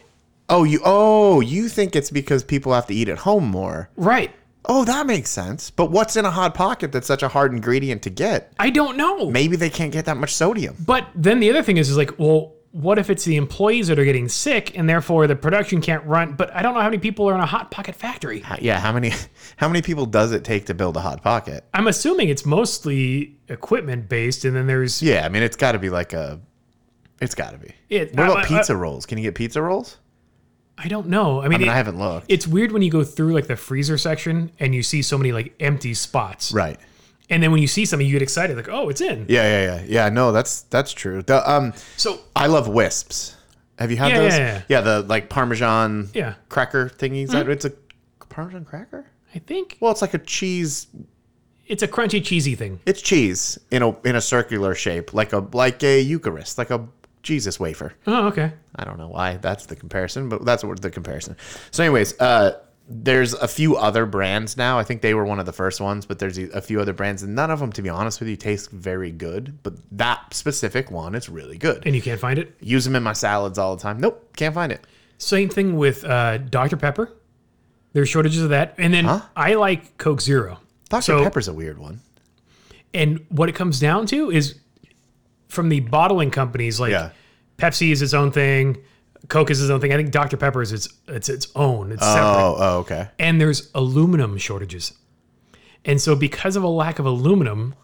oh you oh you think it's because people have to eat at home more? Right. Oh, that makes sense. But what's in a hot pocket that's such a hard ingredient to get? I don't know. Maybe they can't get that much sodium. But then the other thing is is like, well, what if it's the employees that are getting sick and therefore the production can't run? But I don't know how many people are in a hot pocket factory. Uh, Yeah, how many <laughs> how many people does it take to build a hot pocket? I'm assuming it's mostly equipment based, and then there's Yeah, I mean it's got to be like a it's got to be. It- what I- I- about pizza rolls? Can you get pizza rolls? I don't know. I mean, I mean, it- I haven't looked. it's weird when you go through like the freezer section and you see so many like empty spots. right. And then when you see something, you get excited, like, oh, it's in. Yeah, yeah, yeah. Yeah, no, that's that's true. The, um So I love wisps. Have you had Yeah, those? yeah, yeah. the like parmesan Yeah. Mm-hmm. cracker thingies. It's a parmesan cracker? I think Well, it's like a cheese it's a crunchy, cheesy thing. It's cheese in a in a circular shape, like a like a Eucharist, like a Jesus wafer. Oh, okay. I don't know why that's the comparison, but that's what the comparison. So, anyways, uh, there's a few other brands now. I think they were one of the first ones, but there's a few other brands, and none of them, to be honest with you, taste very good. But that specific one is really good. And you can't find it. Use them in my salads all the time. Nope, can't find it. Same thing with uh, Dr. Pepper. There's shortages of that. And then I like Coke Zero. Dr So- Pepper's a weird one. And what it comes down to is from the bottling companies, like Yeah. Pepsi is its own thing, Coke is its own thing. I think Dr. Pepper is its it's its own. It's separate. Oh, oh, okay. and there's aluminum shortages. And so because of a lack of aluminum,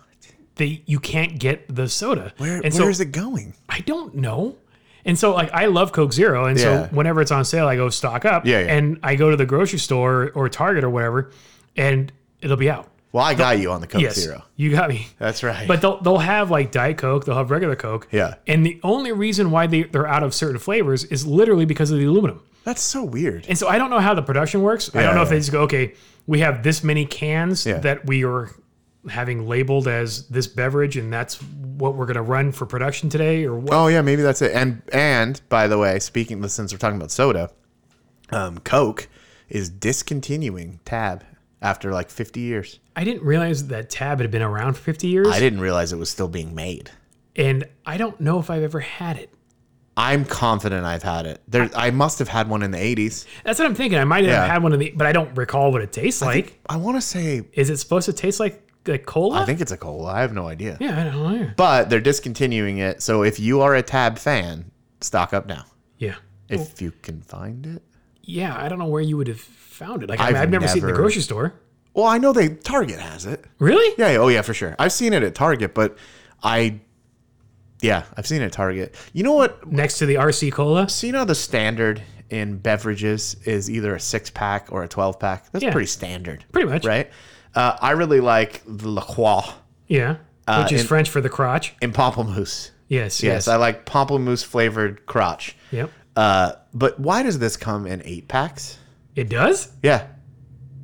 they you can't get the soda. Where, and where so is it going? I don't know. And so like I love Coke Zero and Yeah. so whenever it's on sale I go stock up Yeah, yeah. and I go to the grocery store or Target or whatever and it'll be out. Well, I got you on the Coke yes, Zero. you got me. That's right. But they'll they'll have like Diet Coke, they'll have regular Coke. Yeah. And the only reason why they, they're out of certain flavors is literally because of the aluminum. that's so weird. And so I don't know how the production works. I Yeah, don't know if yeah. they just go, okay, we have this many cans Yeah. that we are having labeled as this beverage, and that's what we're going to run for production today, or what? Oh yeah, maybe that's it. And and by the way, speaking since we're talking about soda, um, Coke is discontinuing Tab after like 50 years. I didn't realize that Tab had been around for 50 years, I didn't realize it was still being made. and I don't know if I've ever had it. I'm confident I've had it. There, I must have had one in the 80s. That's what I'm thinking. I might have Yeah. had one of the, but I don't recall what it tastes like. I want to say Is it supposed to taste like like cola? I think it's a cola. I have no idea. yeah, I don't know. But they're discontinuing it. So if you are a Tab fan, stock up now Yeah. if you can find it. Yeah, I don't know where you would have found it. Like I I've mean, I've, never seen it in the never- grocery store. Well, I know they Target has it. Really? Yeah, yeah, oh yeah, for sure. I've seen it at Target, but I yeah, I've seen it at Target. You know what? Next to the RC Cola. So you know the standard in beverages is either a six pack or a twelve pack. That's Yeah. pretty standard, Pretty much. right? Uh, I really like the La Croix Yeah. Which Uh, is and- French for the crotch. in pamplemousse. Yes. Yes, Yes. I like pamplemousse flavored crotch. yep. Uh, but why does this come in eight packs? It does? Yeah,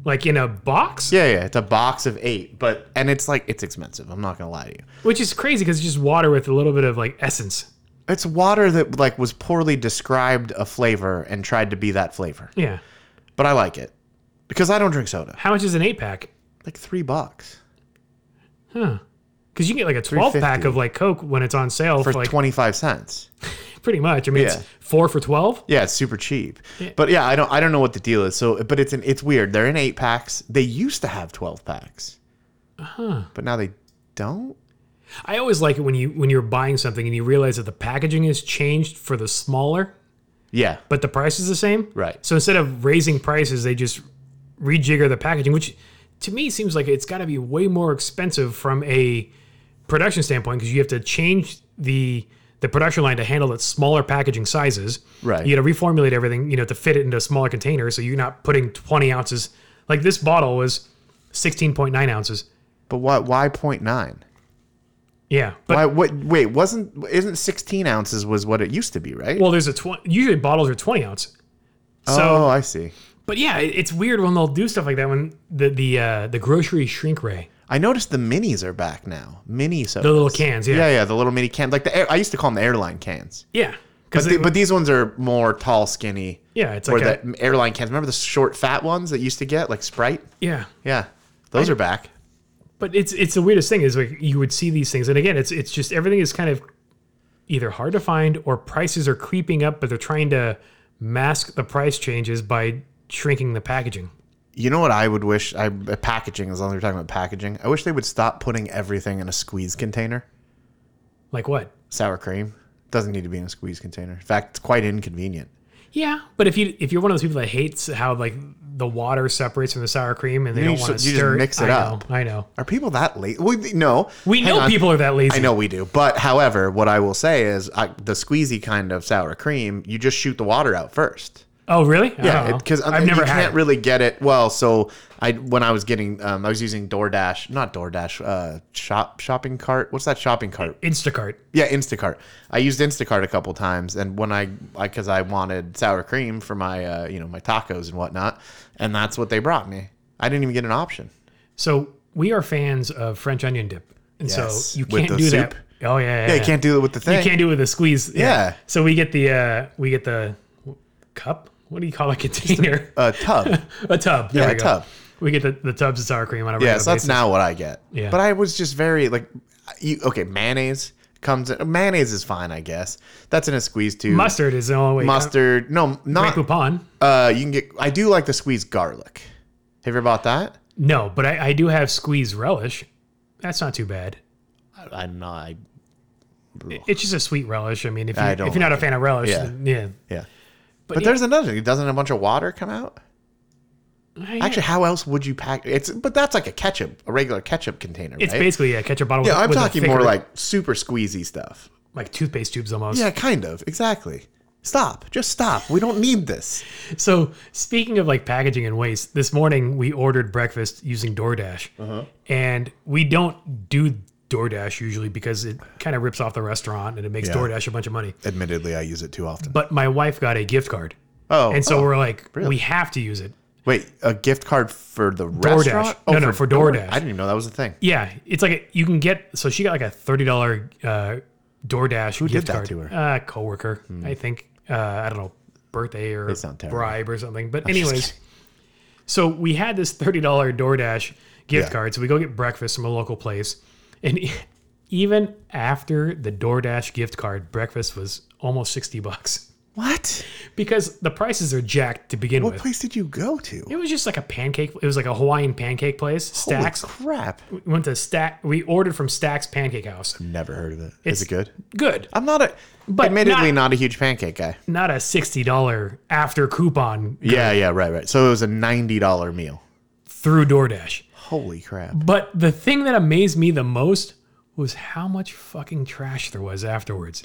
Like in a box? yeah, yeah. It's a box of eight, but and it's like it's expensive. I'm not gonna lie to you. Which is crazy because it's just water with a little bit of like essence. It's water that like was poorly described a flavor and tried to be that flavor. Yeah. But I like it because I don't drink soda. How much is an eight pack? Like three bucks Huh. Because you can get like a 12 pack $3.50. of like Coke when it's on sale for, for like twenty five cents. pretty much. I mean, Yeah. it's four for 12. Yeah, it's super cheap. But yeah, I don't I don't know what the deal is. So but it's an it's weird. They're in eight packs. They used to have twelve packs. Uh-huh. But now they don't? I always like it when you when you're buying something and you realize that the packaging is changed for the smaller, Yeah. but the price is the same. Right. So instead of raising prices, they just rejigger the packaging, which to me seems like it's got to be way more expensive from a production standpoint because you have to change the the production line to handle its smaller packaging sizes. Right. You got to reformulate everything, you know, to fit it into a smaller container. So you're not putting 20 ounces. Like this bottle was 16.9 ounces. But why why point nine? Yeah. But Why what wait, wasn't isn't sixteen ounces was what it used to be, right? well, there's a 20. Usually bottles are 20 ounce. So oh, I see. But yeah, it- it's weird when they'll do stuff like that when the the uh, the grocery shrink ray, I noticed the minis are back now. Mini soda. the little cans. Yeah, yeah, yeah, the little mini cans. Like the air, I used to call them the airline cans. yeah, But, because the- but these ones are more tall, skinny. yeah, it's Or like a, the airline cans. Remember the short, fat ones that you used to get, like Sprite? yeah. Yeah, those are back. But it's it's the weirdest thing is like you would see these things, and again, it's it's just everything is kind of either hard to find or prices are creeping up, but they're trying to mask the price changes by shrinking the packaging. You know what I would wish? I uh, packaging. As long as we're talking about packaging, I wish they would stop putting everything in a squeeze container. Like what? Sour cream doesn't need to be in a squeeze container. In fact, it's quite inconvenient. Yeah, but if you if you're one of those people that hates how like the water separates from the sour cream and they You don't just- want to you just stir mix it I know, up. I know. Are people that late? We no. We Hang know on. people are that lazy. I know we do. But however, what I will say is, I, the squeezy kind of sour cream, you just shoot the water out first. Oh, really? Yeah, because because I've never you had. can't it. really get it. Well, so I when I was getting, um, I was using DoorDash, not DoorDash, uh, shop shopping cart. What's that shopping cart? Instacart. Yeah, Instacart. I used Instacart a couple times, and when I because I wanted sour cream for my uh, you know my tacos and whatnot, and that's what they brought me. I didn't even get an option. So we are fans of French onion dip, and Yes, so you with can't the do that. soup. Oh yeah, yeah. Yeah, you can't do it with the thing. You can't do it with a squeeze. Yeah. So we get the uh, we get the w- cup. What do you call a <laughs> container? a <laughs> tub. A, tub. There yeah, we a go. tub. We get the, the tubs of sour cream on yeah, a regular so that's basis. now what I get. Yeah. But I was just very like, you, okay, mayonnaise comes. In, mayonnaise is fine, I guess. That's in a squeeze too. Mustard is the only way. Mustard. No, not. Coupon. Uh, you can get. I do like the squeeze garlic. Have you ever bought that? No, but I, I do have squeeze relish. That's not too bad. I, I'm not. I, It's just a sweet relish. I mean, if, you, I if don't you're not a fan of relish, Yeah. then yeah. yeah. But, yeah. there's another. thing. Doesn't a bunch of water come out? Actually, how else would you pack? It's but that's like a ketchup, a regular ketchup container, it's right? basically a ketchup bottle. yeah, with, I'm with a talking more thicker- like super squeezy stuff. like toothpaste tubes almost. Yeah, kind of exactly. Stop. Just stop. We don't need this. So speaking of like packaging and waste, this morning we ordered breakfast using DoorDash, Uh-huh. and we don't do DoorDash usually because it kind of rips off the restaurant and it makes Yeah. DoorDash a bunch of money. Admittedly, I use it too often. But my wife got a gift card, Oh, and so oh, we're like, we have to use it. wait, a gift card for the restaurant? Oh, No, no, for DoorDash. I didn't even know that was a thing. Yeah, it's like a, you can get. So she got like a thirty dollar uh, DoorDash Who gift that card to her? Uh, coworker, I think. Uh, I don't know, birthday or not terrible. bribe or something. But anyways, so we had this thirty dollar DoorDash gift Yeah. card. So we go get breakfast from a local place, and e, even after the DoorDash gift card, breakfast was almost sixty bucks What? because the prices are jacked to begin What with. place did you go to? It was just like a pancake. It was like a Hawaiian pancake place, Stacks. Holy crap. We went to Stack. We ordered from Stack's Pancake House. Never heard of it. Is it good? Good, I'm not a, But admittedly, not- not, a huge pancake guy. not a sixty dollar after coupon Yeah, yeah, right, right. So it was a $90 meal. through DoorDash. Holy crap. But the thing that amazed me the most was how much fucking trash there was afterwards.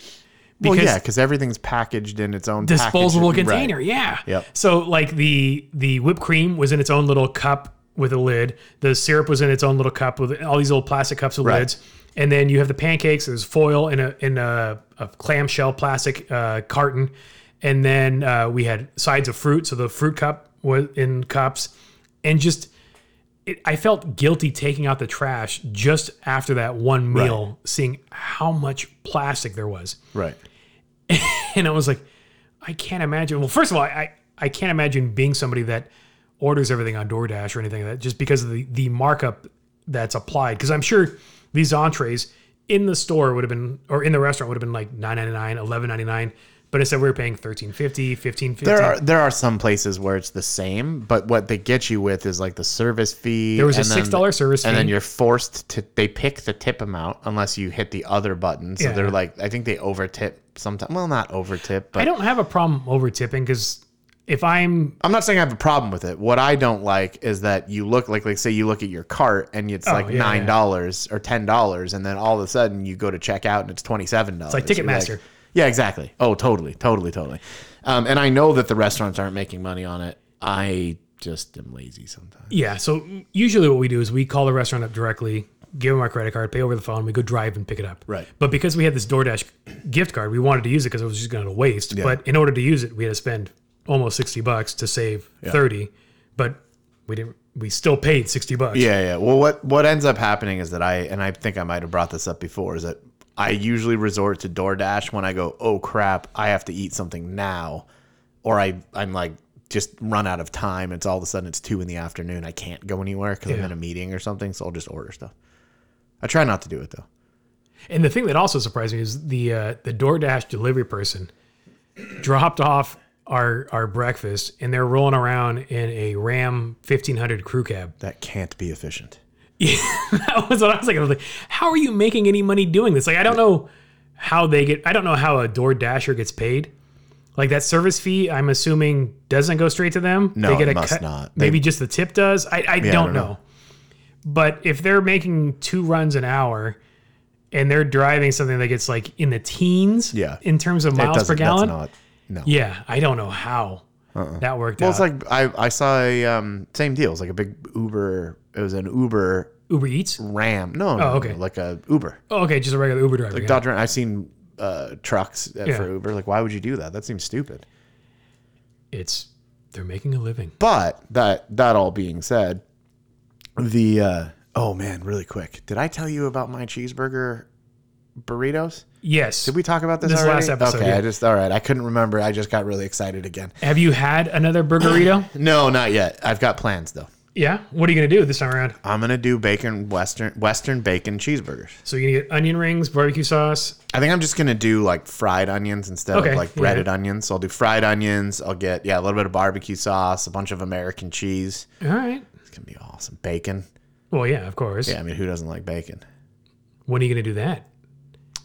Well, Because yeah, because everything's packaged in its own disposable packaging. Right. container, yeah. Yep. So like the the whipped cream was in its own little cup with a lid. The syrup was in its own little cup with all these little plastic cups with Right. lids. And then you have the pancakes. There's foil in a in a, a clamshell plastic uh, carton. And then uh, we had sides of fruit. So the fruit cup was in cups, and just. It, I felt guilty taking out the trash just after that one meal, seeing how much plastic there was Right. and I was like, I can't imagine. Well, first of all, I I can't imagine being somebody that orders everything on DoorDash or anything like that, just because of the the markup that's applied. Because I'm sure these entrees in the store would have been, or in the restaurant would have been like nine ninety nine, eleven ninety nine, but instead we were paying thirteen fifty, fifteen fifty. There are there are some places where it's the same, but what they get you with is like the service fee. There was a $6 service and then fee. you're forced to. They pick the tip amount unless you hit the other button. So Yeah. they're like, I think they over tip sometimes. Well, not over tip, I but don't have a problem over tipping because if I'm I'm not saying I have a problem with it. What I don't like is that you look like, like say you look at your cart and it's like Oh, yeah, yeah. nine dollars or ten dollars, and then all of a sudden you go to check out and it's twenty seven dollars. It's like Ticketmaster. yeah, exactly. Oh, totally, totally, totally. Um, and I know that the restaurants aren't making money on it. I just am lazy sometimes. yeah, so usually what we do is we call the restaurant up directly, give them our credit card, pay over the phone, we go drive and pick it up. Right. But because we had this DoorDash gift card, we wanted to use it because it was just going to waste. But in order to use it, we had to spend almost sixty bucks to save thirty. But we didn't. We still paid sixty bucks. Yeah, yeah. Well, what what ends up happening is that I and I think I might have brought this up before is that I usually resort to DoorDash when I go, "Oh crap, I have to eat something now," or I I'm like just run out of time. It's all of a sudden it's two in the afternoon. I can't go anywhere because I'm in a meeting or something, so I'll just order stuff. I try not to do it though. And the thing that also surprised me is the uh, the DoorDash delivery person dropped off our our breakfast, and they're rolling around in a Ram fifteen hundred crew cab. That can't be efficient. <laughs> that was what I was like. I was like, how are you making any money doing this? Like, I don't know how they get. I don't know how a Door Dasher gets paid. Like that service fee, I'm assuming doesn't go straight to them. No, they get it a must cut- not. They- Maybe just the tip does. I, I don't, don't know. know. But if they're making two runs an hour and they're driving something that gets like in the teens, Yeah. in terms of It miles per doesn't. gallon, That's not. No. yeah, I don't know how that worked Well, it's out. like I, I saw a um, same deal. It's like a big Uber. It was an Uber Uber Eats. Ram. No, no, Oh, okay. no like a Uber. Oh, okay, just a regular Uber driver. yeah. Dodger. I've seen uh, trucks uh, Yeah. for Uber. Like, why would you do that? That seems stupid. It's they're making a living. But that that all being said, the uh, oh man, really quick. Did I tell you about my cheeseburger burritos? Yes. Did we talk about this, This already? last episode, Okay, yeah. I just all right. I couldn't remember. I just got really excited again. Have you had another <clears throat> burgerito? No, not yet. I've got plans though. yeah. What are you gonna do this time around? I'm gonna do bacon western western bacon cheeseburgers. So you're gonna get onion rings, barbecue sauce. I think I'm just gonna do like fried onions instead Okay, of like yeah. breaded onions. So I'll do fried onions. I'll get yeah a little bit of barbecue sauce, a bunch of American cheese. All right. It's gonna be awesome. Bacon. Well, yeah, of course. Yeah, I mean, who doesn't like bacon? When are you gonna do that?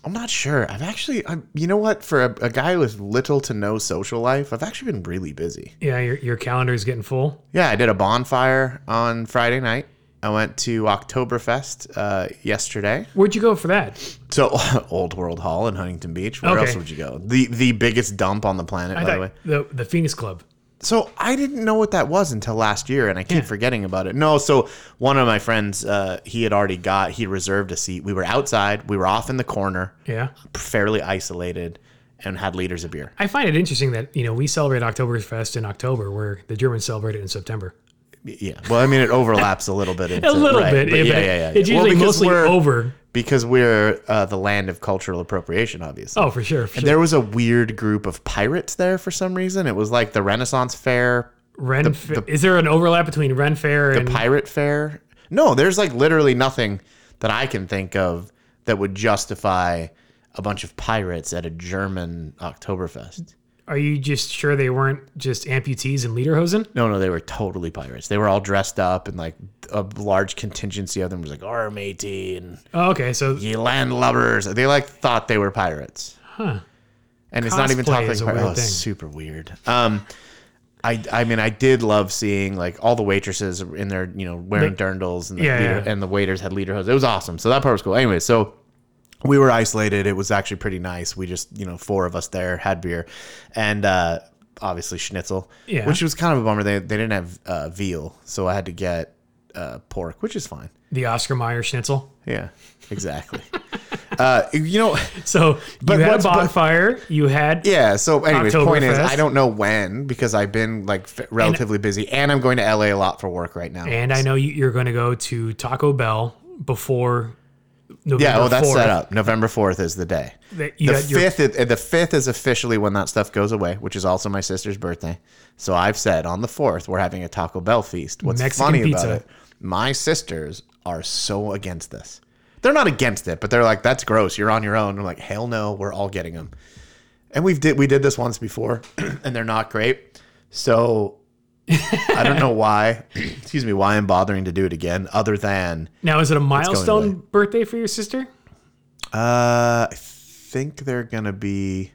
I'm not sure. I've actually, I'm, you know what? For a, a guy with little to no social life, I've actually been really busy. Yeah, your your calendar is getting full. Yeah, I did a bonfire on Friday night. I went to Oktoberfest uh, yesterday. Where'd you go for that? So <laughs> Old World Hall in Huntington Beach. Where Okay. else would you go? The the biggest dump on the planet, by I the way. thought the the Phoenix Club. So I didn't know what that was until last year, and I keep Yeah. forgetting about it. No, so one of my friends, uh, he had already got, he reserved a seat. We were outside, we were off in the corner, Yeah. fairly isolated, and had liters of beer. I find it interesting that, you know, we celebrate Oktoberfest in October where the Germans celebrate it in September. Yeah. Well, I mean, it overlaps a little bit. Into, <laughs> A little right, bit. but yeah, yeah, but yeah, yeah. It's yeah. Well, usually because mostly we're- over. because we're uh, the land of cultural appropriation, obviously. Oh, for sure. For sure. There was a weird group of pirates there for some reason. It was like the Renaissance Fair, Ren Fa- is there an overlap between Ren Fair and Pirate Fair. No, there's like literally nothing that I can think of that would justify a bunch of pirates at a German Oktoberfest. Are you just sure they weren't just amputees in Lederhosen? No, no, they were totally pirates. They were all dressed up, and like a large contingency of them was like "Arr, matey and Oh, okay, so ye landlubbers. They like thought they were pirates. huh. and it's not even Cosplay talking is a about weird oh, it's thing. super weird. Um, I I mean I did love seeing like all the waitresses in their you know wearing dirndls and the Yeah, leader, yeah. and the waiters had leader hose. It was awesome. So that part was cool. Anyway, so we were isolated. It was actually pretty nice. We just you know four of us there had beer, and uh, obviously schnitzel, Yeah. which was kind of a bummer. They they didn't have uh, veal, so I had to get uh, pork, which is fine. The Oscar Mayer schnitzel. Yeah, exactly. <laughs> uh, you know. So But you had a what's- but- bonfire. you had Yeah. So, anyways, point is, Oktoberfest. I don't know when because I've been like f- relatively busy, and I'm going to LA a lot for work right now. and I know you, you're going to go to Taco Bell before November. yeah, well, that's 4th, set up. November fourth is the day. That you The had your- fifth, is- the fifth is officially when that stuff goes away, which is also my sister's birthday. So I've said on the fourth we're having a Taco Bell feast. What's Mexican funny pizza. about it? My sisters are so against this. They're not against it, but they're like, "That's gross. You're on your own." I'm like, "Hell no, we're all getting them." And we've did we did this once before, <clears throat> and they're not great. So I don't know <laughs> why. <clears throat> excuse me, why I'm bothering to do it again, other than now is it a away. milestone birthday for your sister? uh, I think they're gonna be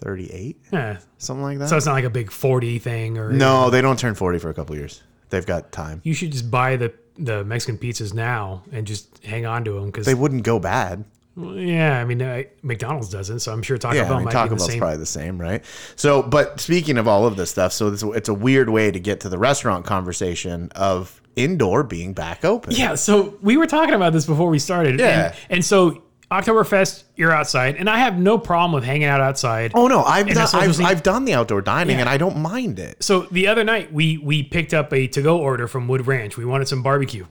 thirty-eight, Yeah. something like that. So it's not like a big 40 thing or no, they don't turn forty for a couple years. They've got time. You should just buy the the Mexican pizzas now and just hang on to them because They wouldn't go bad. yeah, I mean I, McDonald's doesn't, so I'm sure Taco Yeah, Bell I mean, might Taco be the Bell's same. probably the same, right? So, but speaking of all of this stuff, so this, it's a weird way to get to the restaurant conversation of indoor being back open. Yeah, so we were talking about this before we started. Yeah. And, and so Oktoberfest, you're outside, and I have no problem with hanging out outside. Oh no, I've done, that's what I was I've, thinking. I've done the outdoor dining and I don't mind it. So the other night we we picked up a to-go order from Wood Ranch. We wanted some barbecue.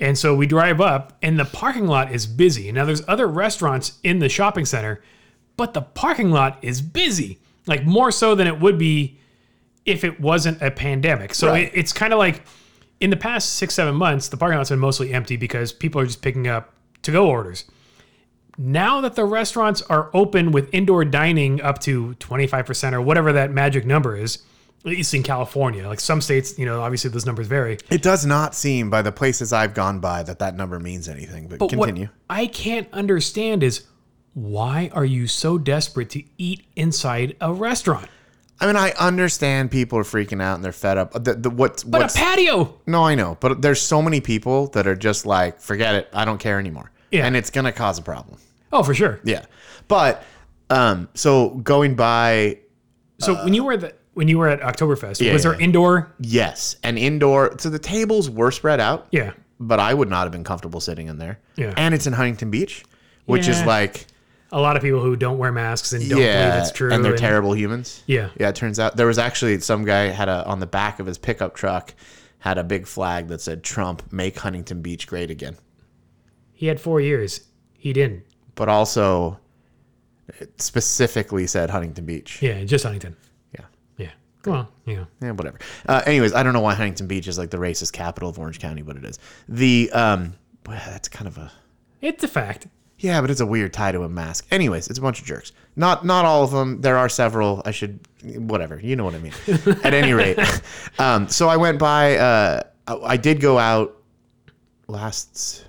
And so we drive up and the parking lot is busy. Now there's other restaurants in the shopping center, but the parking lot is busy. Like more so than it would be if it wasn't a pandemic. So Right. it, it's kind of like in the past six, seven months, the parking lot's been mostly empty because people are just picking up to go orders. Now that the restaurants are open with indoor dining up to 25% or whatever that magic number is, at least in California, like some states, you know, obviously those numbers vary. It does not seem by the places I've gone by that that number means anything. But, But continue. What I can't understand is why are you so desperate to eat inside a restaurant? I mean, I understand people are freaking out and they're fed up. The, the, what's But what's a patio. No, I know, but there's so many people that are just like, forget it, I don't care anymore. Yeah. And it's gonna cause a problem. Oh, for sure. Yeah. But um, so going by So when you were the when you were at Oktoberfest, Yeah, was there yeah. indoor? yes, and indoor so the tables were spread out, Yeah. but I would not have been comfortable sitting in there. Yeah. And it's in Huntington Beach, which is Yeah. like A lot of people who don't wear masks and don't yeah, believe it's true. and they're terrible humans. Yeah. Yeah, it turns out there was actually some guy had a on the back of his pickup truck had a big flag that said Trump make Huntington Beach great again. He had four years. He didn't. But also it specifically said Huntington Beach. Yeah, just Huntington. Yeah. Yeah. Well, yeah. Yeah, whatever. Uh, anyways, I don't know why Huntington Beach is like the racist capital of Orange County, but it is. The um well, that's kind of a It's a fact. yeah, but it's a weird tie to a mask. Anyways, it's a bunch of jerks. Not not all of them. There are several. I should whatever. You know what I mean. At any rate, um, so I went by. Uh, I I did go out last.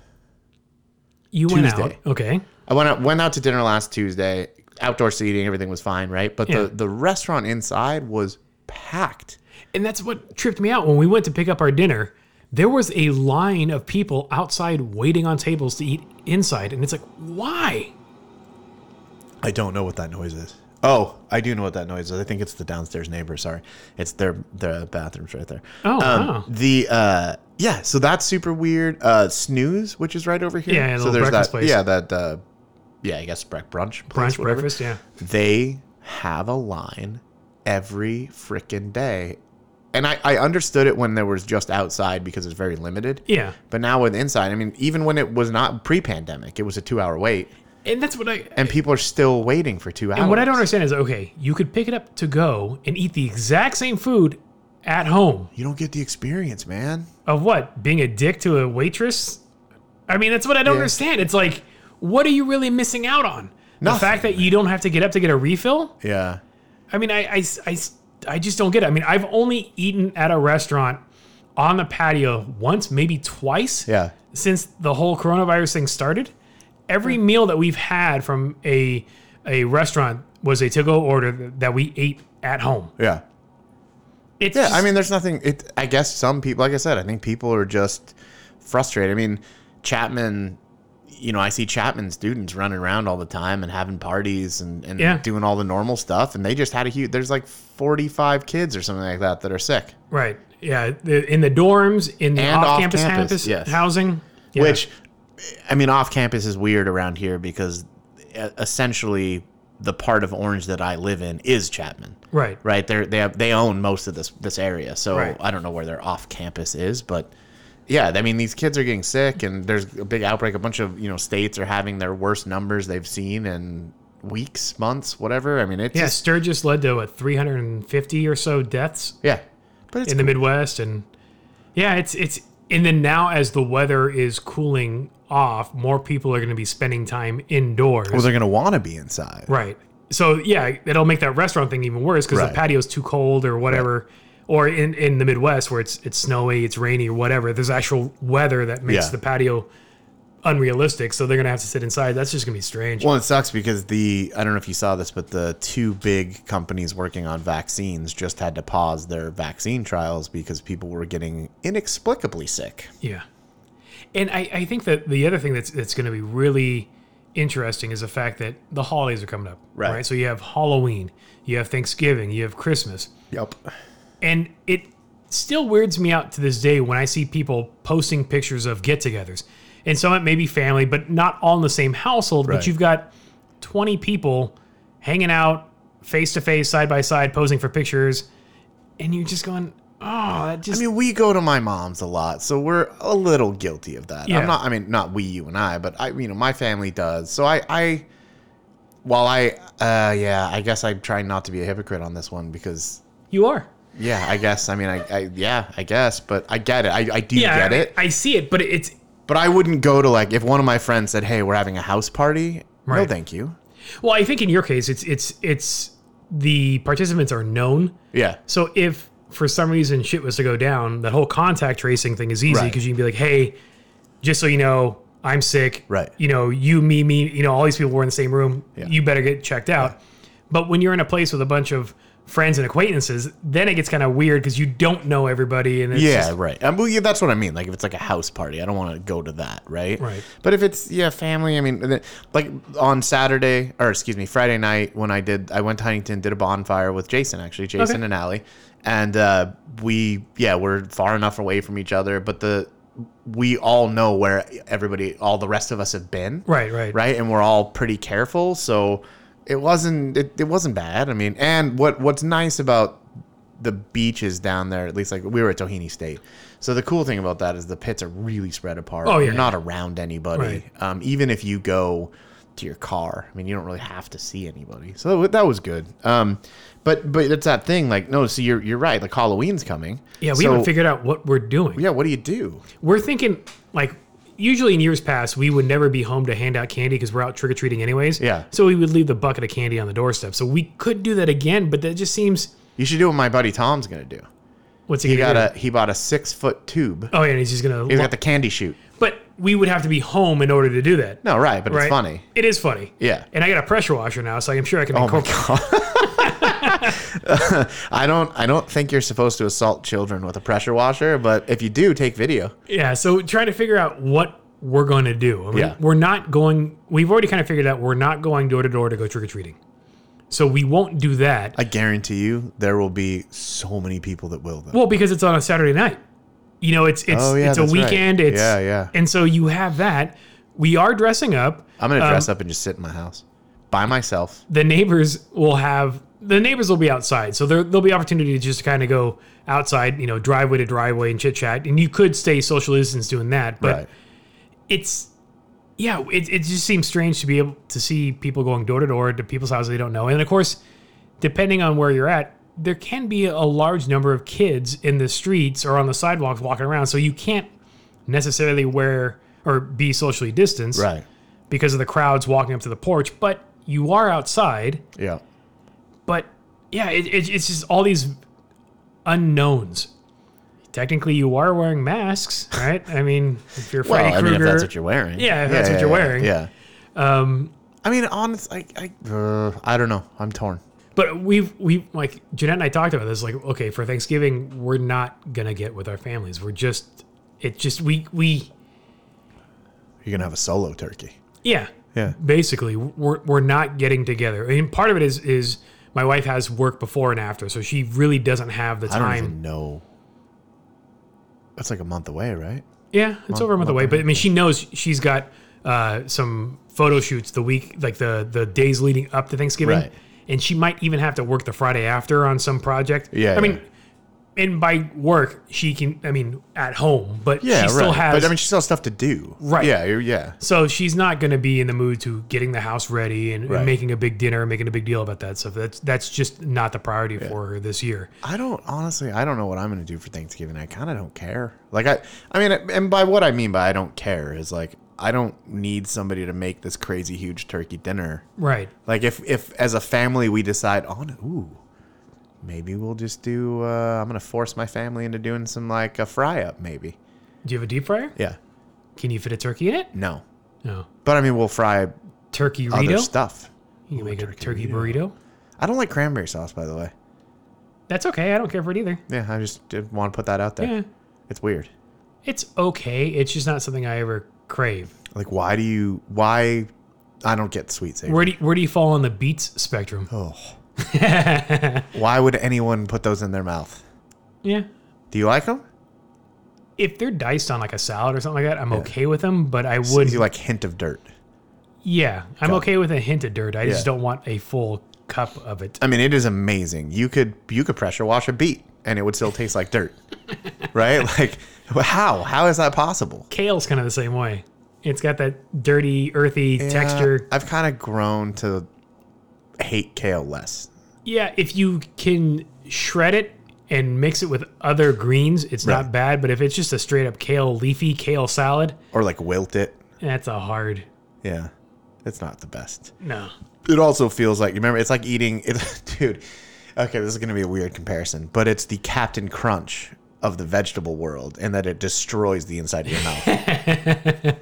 You went Tuesday. out. Okay. I went out went out to dinner last Tuesday. Outdoor seating, everything was fine, right? But Yeah. the the restaurant inside was packed. And that's what tripped me out when we went to pick up our dinner there was a line of people outside waiting on tables to eat inside, and it's like, why? I don't know what that noise is. Oh, I do know what that noise is. I think it's the downstairs neighbor. Sorry, it's their their bathrooms right there. Oh, Um, wow. the uh, yeah. So that's super weird. Uh, snooze, which is right over here. Yeah, yeah, the so little that. breakfast place. Yeah, that. Uh, yeah, I guess brec- brunch. place, Brunch, whatever. breakfast, yeah. They have a line every freaking day, and I I understood it when there was just outside because it's very limited. Yeah. But now with inside, I mean, even when it was not pre-pandemic, it was a two-hour wait, And that's what I. and people are still waiting for two hours. And what I don't understand is okay, you could pick it up to go and eat the exact same food at home. You don't get the experience, man. Of what? Being a dick to a waitress? I mean, that's what I don't understand. It's like, what are you really missing out on? The Nothing. fact that you don't have to get up to get a refill? Yeah. I mean, I, I, I, I just don't get it. I mean, I've only eaten at a restaurant on the patio once, maybe twice Yeah. since the whole coronavirus thing started. Every Hmm. meal that we've had from a, a restaurant was a to go order that we ate at home. Yeah. It's Yeah. just- I mean, there's nothing. It. I guess some people, like I said, I think people are just frustrated. I mean, Chapman. You know, I see Chapman students running around all the time and having parties and, and Yeah. doing all the normal stuff. And they just had a huge. There's like 45 kids or something like that that are sick. right. Yeah. the- in the dorms, in the And off campus, off-campus, campus, yes. housing. Yeah. Which, I mean, off campus is weird around here because uh, essentially the part of Orange that I live in is Chapman. Right. right? They they have, they own most of this this area, so Right. I don't know where their off campus is, but yeah, I mean these kids are getting sick, and there's a big outbreak. A bunch of you know states are having their worst numbers they've seen in weeks, months, whatever. I mean it's Yeah. just, Sturgis led to what, 350 or so deaths yeah, but it's in the Midwest, and yeah, it's it's and then now as the weather is cooling off, more people are going to be spending time indoors, well, they're gonna want to be inside. right? So yeah, it'll make that restaurant thing even worse because Right. the patio's too cold or whatever. Or in, in the Midwest where it's it's snowy, it's rainy or whatever. There's actual weather that makes Yeah. the patio unrealistic, so they're gonna have to sit inside. That's just gonna be strange. Well, it sucks because the I don't know if you saw this, but the two big companies working on vaccines just had to pause their vaccine trials because people were getting inexplicably sick. Yeah. And I, I think that the other thing that's that's going to be really interesting is the fact that the holidays are coming up. Right. So you have Halloween, you have Thanksgiving, you have Christmas. Yep. And it still weirds me out to this day when I see people posting pictures of get togethers. And some it may be family, but not all in the same household. Right. But you've got 20 people hanging out face to face, side by side, posing for pictures. And you're just going, oh, that just. I mean, we go to my mom's a lot, so we're a little guilty of that. Yeah. I'm not. I mean, not we, you and I, but I, you know, my family does. So I, I, while I, uh, yeah, I guess I'm trying not to be a hypocrite on this one because, you are. yeah, I guess. I mean, I, I yeah, I guess, but I get it. I, I do Yeah, get it. I, I see it, but it's but I wouldn't go to like if one of my friends said, "Hey, we're having a house party." No, Right. thank you. Well, I think in your case, it's it's it's the participants are known. Yeah. So if for some reason shit was to go down, that whole contact tracing thing is easy Right. because you can be like, hey, just so you know, I'm sick. Right. You know, you, me, me. You know, all these people were in the same room. Yeah. You better get checked out. But when you're in a place with a bunch of friends and acquaintances, then it gets kind of weird because you don't know everybody. And it's yeah, just- right. Um, well, yeah, that's what I mean. Like if it's like a house party, I don't want to go to that, right? Right. But if it's yeah, family. I mean, and then- like on Saturday or excuse me, Friday night when I did, I went to Huntington, did a bonfire with Jason actually, Jason Okay. and Allie, and uh, we yeah, we're far enough away from each other, but the we all know where everybody, all the rest of us have been, right, right, right and we're all pretty careful so it wasn't it, it wasn't bad i mean and what what's nice about the beaches down there at least like we were at tohini state so the cool thing about that is the pits are really spread apart Oh, yeah. you're not around anybody Right. um, even if you go to your car i mean you don't really have to see anybody so that, wa- that was good um, but but it's that thing like no so you're you're right like halloween's coming Yeah, we So, haven't figured out what we're doing. yeah what do you do we're thinking like usually in years past we would never be home to hand out candy because we're out trick-or-treating anyways Yeah. so we would leave the bucket of candy on the doorstep so we could do that again but that just seems you should do what my buddy tom's gonna do what's he, he gonna got do? a he bought a six foot tube oh yeah and he's just gonna he's got the candy chute but we would have to be home in order to do that No, right, but right it's funny. it is funny Yeah. and i got a pressure washer now so i'm sure i can Oh my incorporate god. <laughs> I don't I don't think you're supposed to assault children with a pressure washer, but if you do, take video. Yeah, so trying to figure out what we're going to do. I mean, Yeah. We're not going, we've already kind of figured out we're not going door to door to go trick or treating. So we won't do that. I guarantee you there will be so many people that will though. well, because it's on a Saturday night. You know, it's it's Oh, yeah, it's a that's right. weekend. It's Yeah, yeah. And so you have that. We are dressing up. I'm gonna dress um, up and just sit in my house by myself. the neighbors will have the neighbors will be outside, so there, there'll be opportunity to just kind of go outside, you know, driveway to driveway and chit chat. And you could stay social distance doing that, but right. it's yeah, it, it just seems strange to be able to see people going door to door to people's houses they don't know. And of course, depending on where you're at, there can be a large number of kids in the streets or on the sidewalks walking around, so you can't necessarily wear or be socially distanced Right. because of the crowds walking up to the porch, but you are outside Yeah. but yeah, it, it, it's just all these unknowns. Technically, you are wearing masks, right? I mean, if you're Well, Freddy I mean, Krueger, if that's what you're wearing. Yeah, if that's what you're wearing. Um, Yeah. Um, I mean, honestly, I, I, uh, I don't know. I'm torn. but we've we like Jeanette and I talked about this. Like, okay, for Thanksgiving, we're not gonna get with our families. We're just it just we we You're gonna have a solo turkey. yeah Yeah. basically we're we're not getting together. I mean, part of it is is my wife has work before and after, so she really doesn't have the I don't time. even know. That's like a month away, right? Yeah, it's over a month away. But I mean, she knows she's got uh, some photo shoots the week, like the the days leading up to Thanksgiving, Right. and she might even have to work the Friday after on some project. Yeah, I mean, yeah. and by work she can, I mean, at home, but she still right. has. But I mean, she still has stuff to do. Right. Yeah. you're- Yeah. so she's not going to be in the mood to getting the house ready and, and Right. making a big dinner, and making a big deal about that stuff. That's that's just not the priority for her this year. I don't honestly. I don't know what I'm gonna do for Thanksgiving. I kind of don't care. Like I, I mean, and by what I mean by I don't care is like I don't need somebody to make this crazy huge turkey dinner. Right. Like if if as a family we decide on ooh, maybe we'll just do. Uh, I'm gonna force my family into doing some like a fry up maybe. Do you have a deep fryer? Yeah. Can you fit a turkey in it? No. No. But I mean, we'll fry Turkey other burrito. stuff. You can make a turkey turkey burrito. I don't like cranberry sauce, by the way. That's okay. I don't care for it either. Yeah, I just did want to put that out there. Yeah. It's weird. It's okay. It's just not something I ever crave. Like, why do you? Why? I don't get sweet savor. Where do you, where do you fall on the beets spectrum? Oh. <laughs> Why would anyone put those in their mouth? Yeah. Do you like them? If they're diced on like a salad or something like that, I'm okay with them, but I would you like hint of dirt? Yeah, I'm Got it. okay with a hint of dirt. I just Yeah. don't want a full cup of it. I mean, it is amazing. You could you could pressure wash a beet and it would still taste like <laughs> dirt, right? Like how how is that possible? Kale's kind of the same way. It's got that dirty, earthy texture. Uh, I've kind of grown to hate kale less. Yeah, if you can shred it and mix it with other greens, it's not Right. bad, but if it's just a straight up kale leafy kale salad, or like wilt it. that's a hard Yeah, it's not the best. no. It also feels like you remember. It's like eating it, <laughs> dude. Okay, this is gonna be a weird comparison, but it's the Captain Crunch of the vegetable world, and that it destroys the inside of your <laughs> mouth.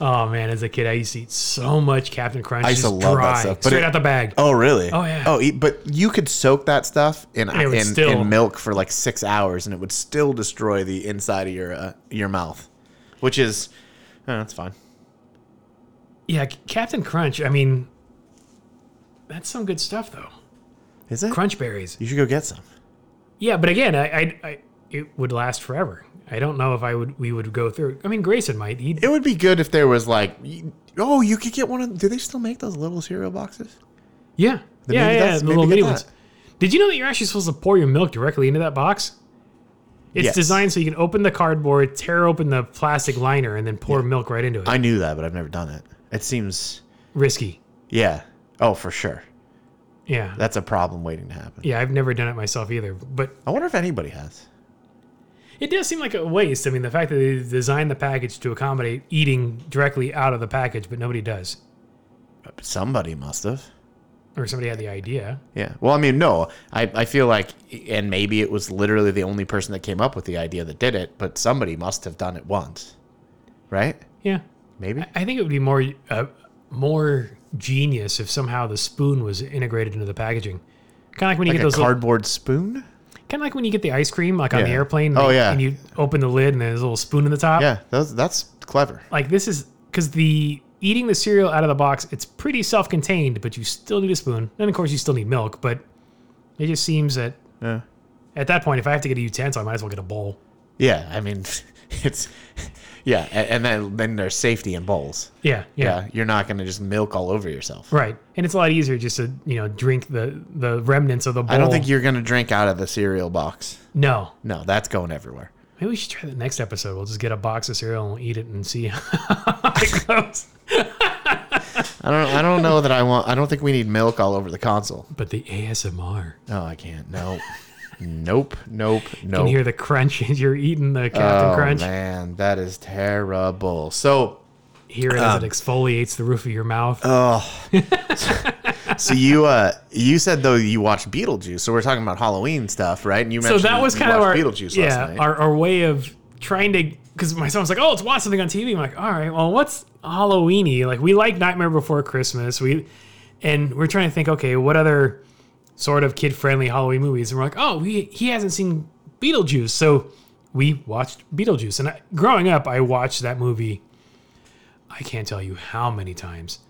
Oh man, as a kid, I used to eat so much Captain Crunch. I used to just love that dry, stuff, but straight it- out the bag. oh, really? Oh yeah. Oh, e- but you could soak that stuff in it in, would still- in milk for like six hours, and it would still destroy the inside of your uh, your mouth, which is oh, that's fine. Yeah, C- Captain Crunch. I mean, that's some good stuff though. Is it? Crunch berries. You should go get some. Yeah, but again, I, I, I it would last forever. I don't know if I would we would go through. I mean, Grayson might. He, It would be good if there was like, you- oh, you could get one of. Do they still make those little cereal boxes? yeah, Then yeah, maybe yeah. that's- The maybe little get mini that. ones. Did you know that you're actually supposed to pour your milk directly into that box? It's Yes. designed so you can open the cardboard, tear open the plastic liner, and then pour milk right into it. I knew that, but I've never done it. It seems, Risky. yeah. Oh, for sure. Yeah. That's a problem waiting to happen. yeah, I've never done it myself either, but I wonder if anybody has. It does seem like a waste. I mean, the fact that they designed the package to accommodate eating directly out of the package, but nobody does, Somebody must have. or somebody had the idea. Yeah. Well, I mean, no. I, I feel like, and maybe it was literally the only person that came up with the idea that did it, but somebody must have done it once, right? Yeah, Maybe. I think it would be more uh, more genius if somehow the spoon was integrated into the packaging, Kind of like when you Like get a those little cardboard spoon? kind of like when you get the ice cream like on the Yeah. airplane Oh, like, yeah. and you open the lid and there's a little spoon in the top Yeah, that's, that's clever. like this is because the eating the cereal out of the box it's pretty self-contained but you still need a spoon and of course you still need milk but it just seems that Yeah. at that point if i have to get a utensil i might as well get a bowl Yeah, I mean, <laughs> it's yeah, a- and then then there's safety in bowls. yeah yeah, Yeah, you're not gonna just milk all over yourself. right and it's a lot easier just to you know drink the the remnants of the bowl I don't think you're gonna drink out of the cereal box. no No, that's going everywhere. maybe we should try that next episode we'll just get a box of cereal and we'll eat it and see <laughs> how it goes I don't. I don't know that I want. I don't think we need milk all over the console. but the asmr No, I can't. No. nope. Nope. Nope. you hear the crunch as you're eating the captain oh crunch man, that is terrible. So, hear it Um, as it exfoliates the roof of your mouth <laughs> so you uh, you said though you watched Beetlejuice. So we're talking about Halloween stuff, right? And you so mentioned that was you kind of our watched Beetlejuice yeah last night. Our, our way of trying to because my son was like oh let's watch something on TV I'm like all right well what's Halloweeny like we like Nightmare Before Christmas we and we're trying to think okay what other sort of kid friendly Halloween movies and we're like oh we he hasn't seen Beetlejuice so we watched Beetlejuice and I, growing up I watched that movie I can't tell you how many times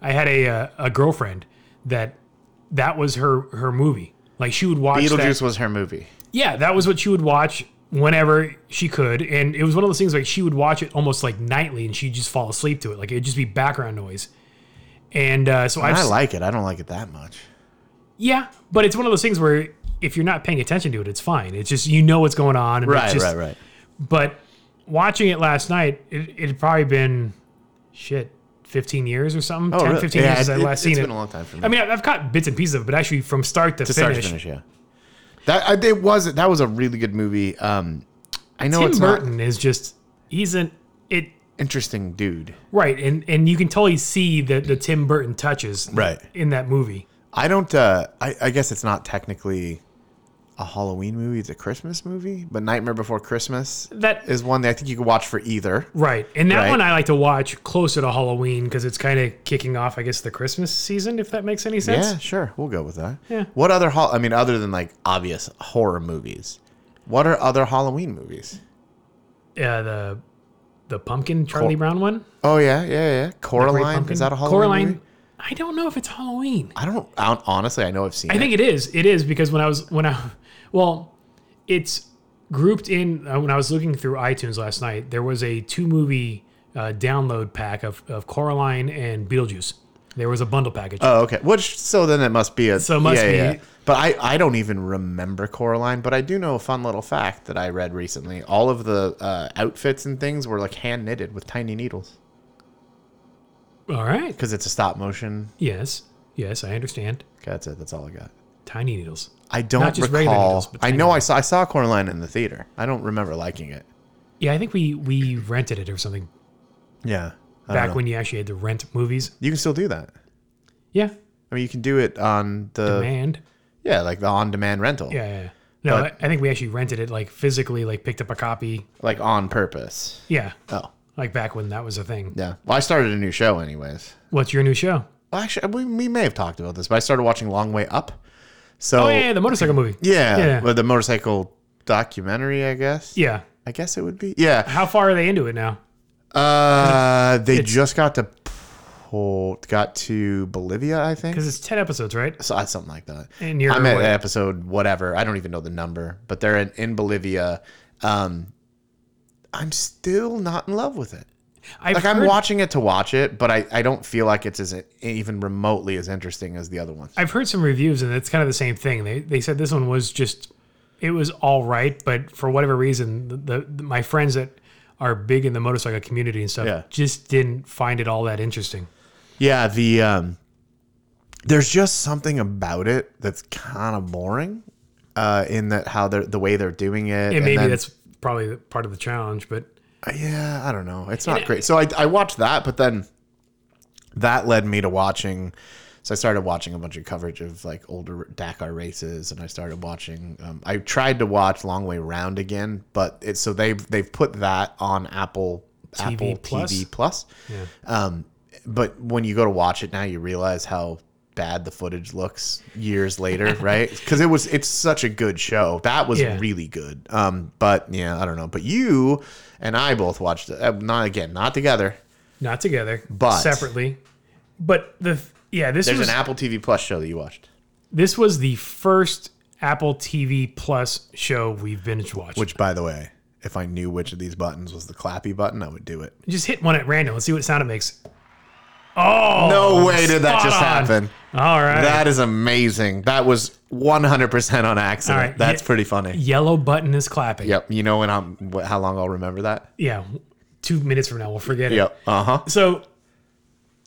I had a a, a girlfriend that that was her her movie like she would watch that Beetlejuice was her movie. yeah, that was what she would watch whenever she could. And it was one of those things like she would watch it almost like nightly and she'd just fall asleep to it. Like it'd just be background noise. And uh, so And I've, I s- like it. I don't like it that much. yeah, but it's one of those things where if you're not paying attention to it, it's fine. It's just, you know what's going on. And it's just- right. But watching it last night, it, it'd probably been shit, 15 years or something. Oh, 10, 15 years since I last seen has it. been a long time for me. I mean, I've I've caught bits and pieces of it, but actually from start to, to finish, start to finish, yeah. That I, it was that was a really good movie. Um, I know Tim it's not Burton is just, he's an, it, interesting dude. Right, and and you can totally see the the Tim Burton touches Right. in that movie. I don't. Uh, I, I guess it's not technically a Halloween movie. It's a Christmas movie, but Nightmare Before Christmas That is one that I think you could watch for either. right, and that Right. one I like to watch closer to Halloween because it's kind of kicking off, I guess, the Christmas season, if that makes any sense. Yeah, sure. We'll go with that. Yeah. What other? Hall? I mean, other than like obvious horror movies, what are other Halloween movies? Uh, the the pumpkin Charlie Brown one, Oh yeah, yeah, yeah. Great Coraline pumpkin. is that a Halloween? Coraline. movie? I don't know if it's Halloween. I don't. I don't- honestly, I know I've seen. I think it is. It is because when I was when I <laughs> well, it's grouped in uh, when I was looking through iTunes last night. There was a two movie uh, download pack of of Coraline and Beetlejuice. There was a bundle package. Oh, okay. Which so then it must be a So it must yeah, yeah, be- yeah. But I I don't even remember Coraline, but I do know a fun little fact that I read recently. All of the uh, outfits and things were like hand knitted with tiny needles All right. because it's a stop motion. Yes. Yes, I understand. Okay, that's it. That's all I got. I Tiny needles. don't Not just regular recall. needles, but I tiny know I saw I saw Coraline in the theater. I don't remember liking it. Yeah, I think we we rented it or something Yeah. I don't back know. when you actually had to rent movies. you can still do that. Yeah. I mean, you can do it on the Demand. yeah, like the on-demand rental, Yeah, yeah. yeah. No, I, I think we actually rented it like physically, like picked up a copy. like on purpose. Yeah. Oh, Like back when that was a thing. yeah. Well, I started a new show, anyways. What's your new show? Well, actually, we, we may have talked about this, but I started watching Long Way Up. So Oh yeah, yeah, yeah, the motorcycle movie. Yeah. well, the motorcycle documentary, I guess. Yeah. I guess it would be. Yeah, How far are they into it now? uh, they just got to Port- got to Bolivia, I think. Because it's ten episodes, right? So, uh, something like that. And you're I'm at uh, what? episode whatever. I don't even know the number, but they're in, in Bolivia. Um, I'm still not in love with it. I've Like I'm heard, watching it to watch it, but I, I don't feel like it's as even remotely as interesting as the other ones. I've heard some reviews, and it's kind of the same thing. They they said this one was just it was all right, but for whatever reason, the, the my friends that are big in the motorcycle community and stuff Yeah. just didn't find it all that interesting. Yeah, the um, there's just something about it that's kind of boring, uh, in that how they're the way they're doing it. And maybe then- that's probably the- part of the challenge. But yeah, I don't know. It's not great. So I I watched that, but then that led me to watching. So I started watching a bunch of coverage of like older Dakar races, and I started watching. Um, I tried to watch Long Way Round again, but it's so they've they've put that on Apple TV Apple Plus? TV Plus. Um, but when you go to watch it now, you realize how bad the footage looks years <laughs> later, right? Because it was it's such a good show. That was Yeah. really good. Um, but yeah, I don't know. But you and I both watched it. Uh, not again, not together. Not together, But- separately. But the yeah, this There's was an Apple TV Plus show that you watched, this was the first Apple TV Plus show we've binge watched. which, by the way, if I knew which of these buttons was the clappy button, I would do it. Just hit one at random and see what sound it makes. Oh No way did that spot just on. happen. All right, That is amazing. That was 100% on accident. All right, That's yeah. pretty funny. yellow button is clapping. Yep. You know when I'm wh- how long I'll remember that? Yeah, two minutes from now we'll forget it. Yep. Uh-huh. So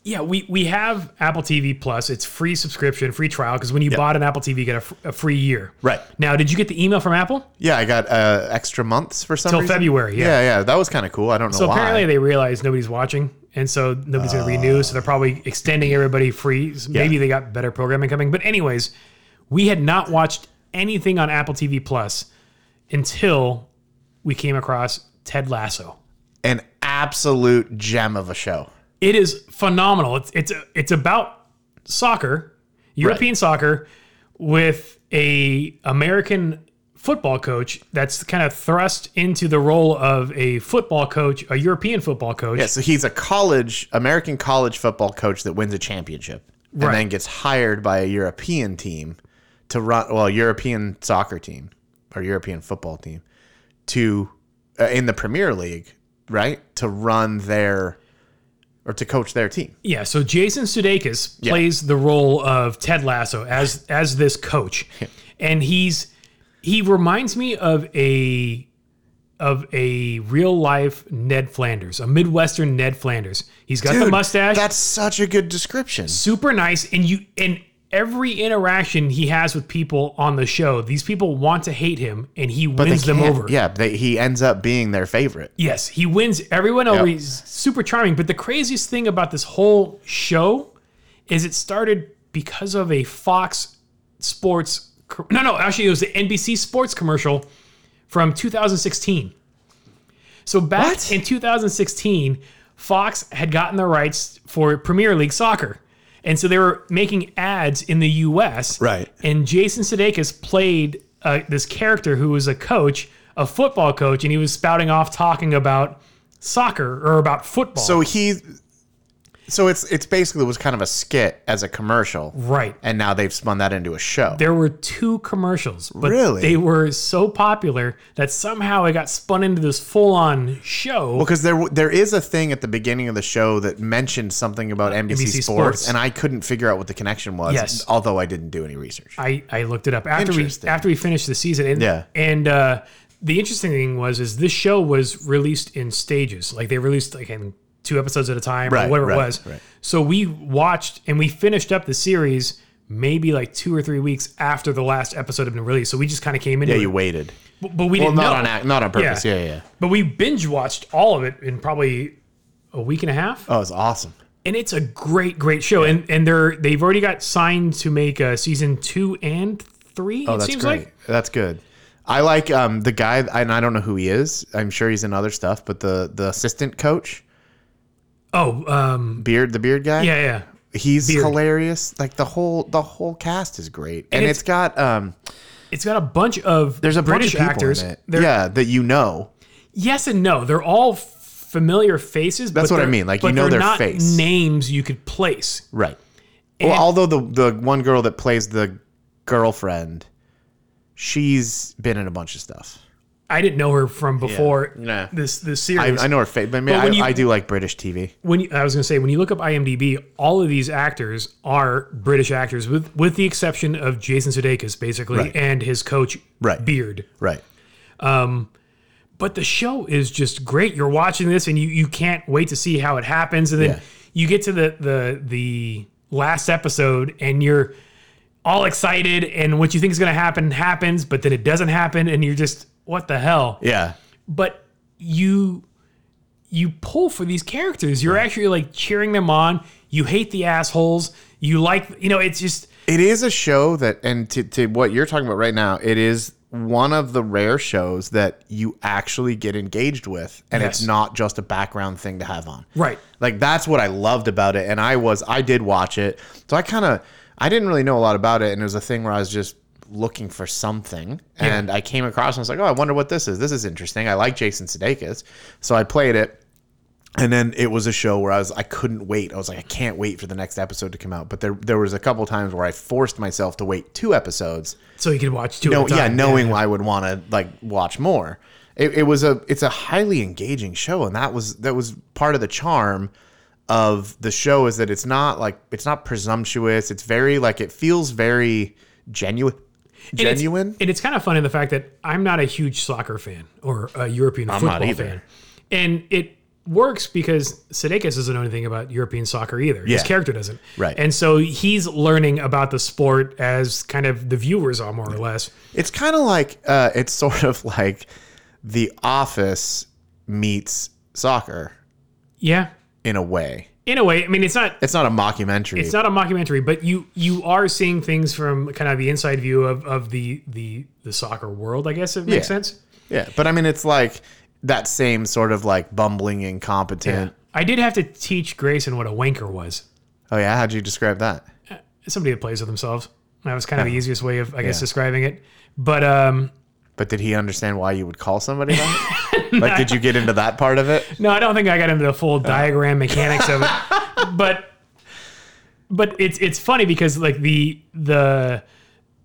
yeah, we we have Apple TV Plus. It's free subscription, free trial because when you bought an Apple TV, you get a, fr- a free year. Right. Now, did you get the email from Apple? Yeah, I got uh, extra months for some Till reason. February, yeah. Yeah, yeah, that was kind of cool. I don't know So why. apparently they realized nobody's watching, and so nobody's going to renew. So they're probably extending everybody free. So Maybe they got better programming coming. But anyways, we had not watched anything on Apple TV Plus until we came across Ted Lasso. An absolute gem of a show. It is phenomenal. It's it's it's about soccer, European soccer, with a American football coach that's kind of thrust into the role of a football coach, a European football coach. Yeah, so he's a college American college football coach that wins a championship and Right. then gets hired by a European team to run well, European soccer team or European football team to uh, in the Premier League, right? To run their or to coach their team. Yeah, so Jason Sudeikis plays the role of Ted Lasso as as this <laughs> coach, and he's he reminds me of a of a real life Ned Flanders, a Midwestern Ned Flanders. He's got the Dude, mustache, That's such a good description. super nice, and you and every interaction he has with people on the show, these people want to hate him, and he wins them can't- over. Yeah, they, he ends up being their favorite. Yes, he wins everyone over. He's super charming. But the craziest thing about this whole show is it started because of a Fox Sports. co- No, no, actually, it was the NBC Sports commercial from 2016. So back in 2016, Fox had gotten the rights for Premier League soccer. And so they were making ads in the US. Right. And Jason Sudeikis played uh, this character who was a coach, a football coach, and he was spouting off talking about soccer or about football. So he, so it's it's basically was kind of a skit as a commercial, right. and now they've spun that into a show. There were two commercials, but Really? they were so popular that somehow it got spun into this full-on show. Because there w- there is a thing at the beginning of the show that mentioned something about NBC, NBC Sports, Sports. and I couldn't figure out what the connection was. Yes. although I didn't do any research. I, I looked it up after we Interesting. after we finished the season. And, Yeah. And uh, the interesting thing was is this show was released in stages. Like they released like in two episodes at a time Right, or whatever right, it was. right. So we watched and we finished up the series maybe like two or three weeks after the last episode had been released. So we just kind of came into yeah, it. you waited. but, but we Well, didn't not know. on ac- not on purpose. Yeah, yeah. yeah. But we binge watched all of it in probably a week and a half Oh, it's awesome. and it's a great, great show. And and they're they've already got signed to make a season two and three. Oh, it that's seems great. like that's good. I like um, the guy, and I don't know who he is. I'm sure he's in other stuff, but the the assistant coach, oh, um, beard, the beard guy. yeah, yeah. he's hilarious. Like the whole the whole cast is great, and, it's- it's got um. It's got a bunch of There's a bunch British of people actors. in it. They're- Yeah, that you know. Yes and no. They're all familiar faces. That's but what I they're- mean, like, you but know they're their not face. Names you could place. Right. well, although the the one girl that plays the girlfriend, she's been in a bunch of stuff. I didn't know her from before Nah. this this I, series. I know her face, but, I mean, But when I, you- I do like British TV. when you, I was going to say when you look up IMDb, all of these actors are British actors, with with the exception of Jason Sudeikis, basically, and his coach Right. Beard. Right. but the show is just great. You're watching this and you you can't wait to see how it happens. And then Yeah. you get to the the the last episode and you're all excited and what you think is going to happen happens, but then it doesn't happen and you're just what the hell? Yeah. But you you pull for these characters. You're actually like cheering them on. You hate the assholes. You like you know it's just It is a show that, and to, to what you're talking about right now, it is one of the rare shows that you actually get engaged with, and Yes. it's not just a background thing to have on. right. Like that's what I loved about it, and I was I did watch it, so I kind of I didn't really know a lot about it, and it was a thing where I was just looking for something, and I came across. and I was like, oh, I wonder what this is. This is interesting. I like Jason Sudeikis, so I played it. And then it was a show where I was I couldn't wait. I was like I can't wait for the next episode to come out. But there there was a couple times where I forced myself to wait two episodes So you could watch two. no, at a Oh, yeah, time. knowing I would want to like watch more. It, it was a it's a highly engaging show, and that was that was part of the charm of the show is that it's not like it's not presumptuous. It's very like it feels very genuine. And it's- Genuine. And it's, kind of fun in the fact that I'm not a huge soccer fan or a European football not either. fan. And it works because Sudeikis doesn't know anything about European soccer either. Yeah. His character doesn't. Right. And so he's learning about the sport as kind of the viewers are more or less. It's kind of like uh, it's <laughs> sort of like The Office meets soccer Yeah. in a way. In a way, I mean, it's not It's not a mockumentary. it's not a mockumentary, but you you are seeing things from kind of the inside view of, of the the the soccer world, I guess if it makes Yeah. sense. yeah, but I mean, it's like that same sort of like bumbling incompetent. I did have to teach Grayson what a wanker was. Oh yeah, how'd you describe that? somebody that plays with themselves. That was kind of the easiest way of, I guess, describing it. But um, But did he understand why you would call somebody that? <laughs> like, did you get into that part of it? no, I don't think I got into the full diagram mechanics of it. But but it's it's funny because like the the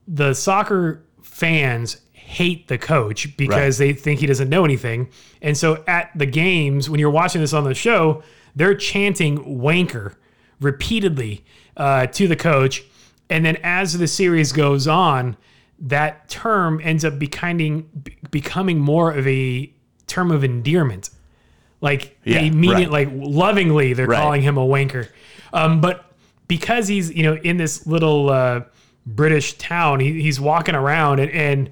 the soccer fans hate the coach because they think he doesn't know anything. And so at the games, when you're watching this on the show, they're chanting wanker repeatedly uh, to the coach. And then as the series goes on, that term ends up becoming becoming more of a term of endearment. Like Yeah, they mean right. it like lovingly, they're Right. calling him a wanker. Um, but because he's you know in this little uh, British town, he, he's walking around and, and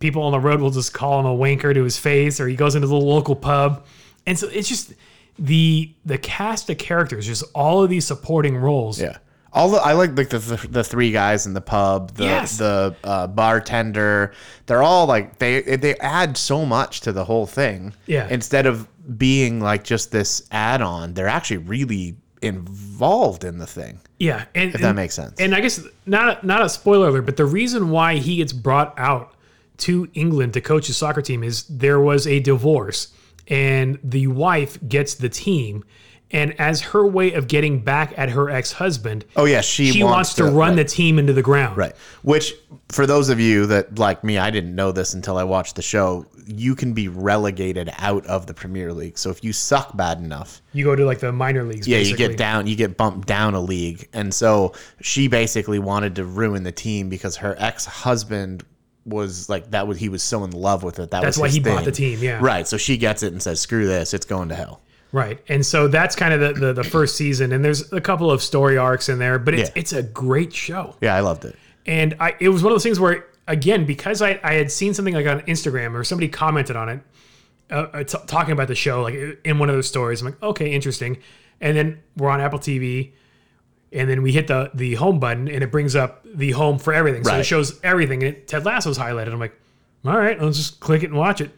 people on the road will just call him a wanker to his face, or he goes into the local pub, and so it's just the the cast of characters, just all of these supporting roles. Yeah. All the, I like like the, the the three guys in the pub, the Yes. the uh, bartender. They're all like they they add so much to the whole thing. Yeah. Instead of being like just this add on, they're actually really involved in the thing. Yeah, and, If that makes sense. And I guess not a, not a spoiler alert, but the reason why he gets brought out to England to coach his soccer team is there was a divorce, and the wife gets the team, and as her way of getting back at her ex husband, oh yeah, she, she wants, to, run the team into the ground. Right. Which, for those of you that, like me, I didn't know this until I watched the show, you can be relegated out of the Premier League. So if you suck bad enough, You go to like the minor leagues. yeah, basically. you get down, you get bumped down a league. And so she basically wanted to ruin the team because her ex husband was like, that was, he was so in love with it. That That's was why his he bought thing. the team. Yeah. Right. So she gets it and says, screw this, it's going to hell. Right. And so that's kind of the, the, the first season. And there's a couple of story arcs in there, but it's, Yeah. it's a great show. Yeah, I loved it. <laughs> And I, it was one of those things where, again, because I, I had seen something like on Instagram or somebody commented on it, uh, uh, t- talking about the show, like uh, in one of those stories, I'm like, okay, interesting. And then we're on Apple TV, and then we hit the the home button, and it brings up the home for everything. So it Right. shows everything, and it, Ted Lasso's highlighted. I'm like, all right, let's just click it and watch it.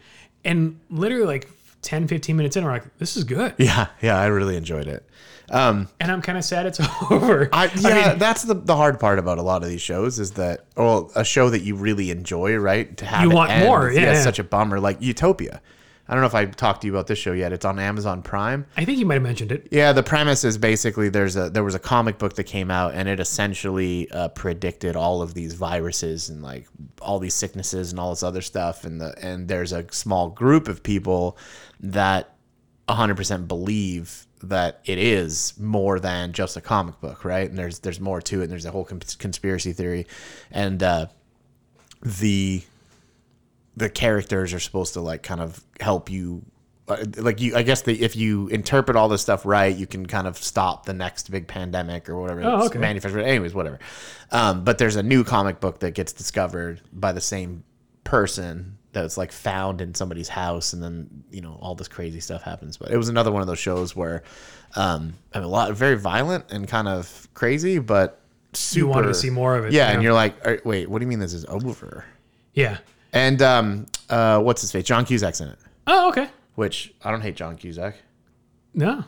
And literally, like 10, 15 minutes in, we're like, this is good. Yeah. Yeah, I really enjoyed it. And I'm kind of sad it's <laughs> over. <laughs> I, yeah, mean- that's the, the hard part about a lot of these shows is that, well, a show that you really enjoy, right? To have You it want end more, is- yeah, it's yeah. such a bummer. Like Utopia. I don't know if I talked to you about this show yet. It's on Amazon Prime. I think you might have mentioned it. Yeah, the premise is basically there's a there was a comic book that came out and it essentially uh, predicted all of these viruses and like all these sicknesses and all this other stuff and the and there's a small group of people that 100% believe that it is more than just a comic book, right? And there's there's more to it and there's a whole cons- conspiracy theory and uh the the characters are supposed to like kind of help you uh, like you i guess the, if you interpret all this stuff right you can kind of stop the next big pandemic or whatever Oh, it's okay. manufactured anyways whatever um, but there's a new comic book that gets discovered by the same person that's like found in somebody's house and then you know all this crazy stuff happens but it was another one of those shows where um, I mean, a lot very violent and kind of crazy but super You wanted to see more of it. yeah, and you're like, "All right, wait, what do you mean this is over? Yeah. And um, uh, what's his face? John Cusack's in it, Oh, okay. which I don't hate John Cusack. No.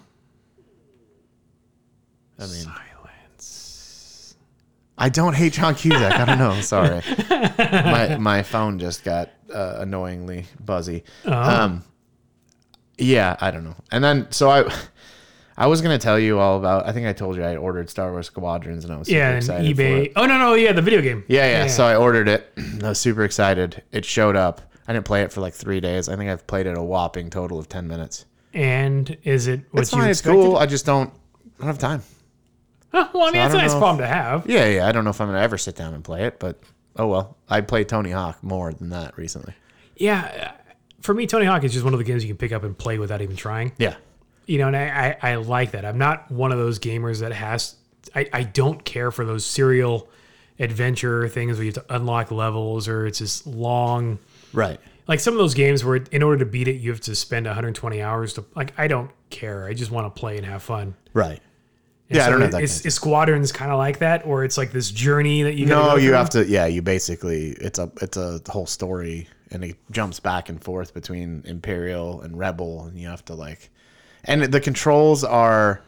I mean, Silence. I don't hate John Cusack. I don't know. <laughs> Sorry, my my phone just got uh, annoyingly buzzy. Oh. Um, yeah, I don't know. And then so I, I was gonna tell you all about. I think I told you I ordered Star Wars Squadrons, and I was super Yeah, and excited for it. eBay. Oh no, no, yeah, the video game. Yeah, yeah. So I ordered it. <clears throat> I was super excited. It showed up. I didn't play it for like three days. I think I've played it a whopping total of ten minutes. and is it what It's you fine. It's expected? cool. I just don't. I don't have time. Huh, well, I mean, I it's a don't nice know if- problem to have. Yeah, yeah. I don't know if I'm gonna ever sit down and play it, but oh well. I play Tony Hawk more than that recently. Yeah, uh, for me, Tony Hawk is just one of the games you can pick up and play without even trying. Yeah. You know, and I, I, I like that. I'm not one of those gamers that has. I, I don't care for those serial adventure things where you have to unlock levels or it's this long. Right. Like some of those games where, in order to beat it, you have to spend 120 hours to. Like, I don't care. I just want to play and have fun. Right. yeah, I don't So know that. Is, Kind is Squadrons kind of like that, or it's like this journey that you? of- gotta no, go you through? have to. Yeah, you basically it's a it's a whole story, and it jumps back and forth between Imperial and Rebel, and you have to like, and the controls are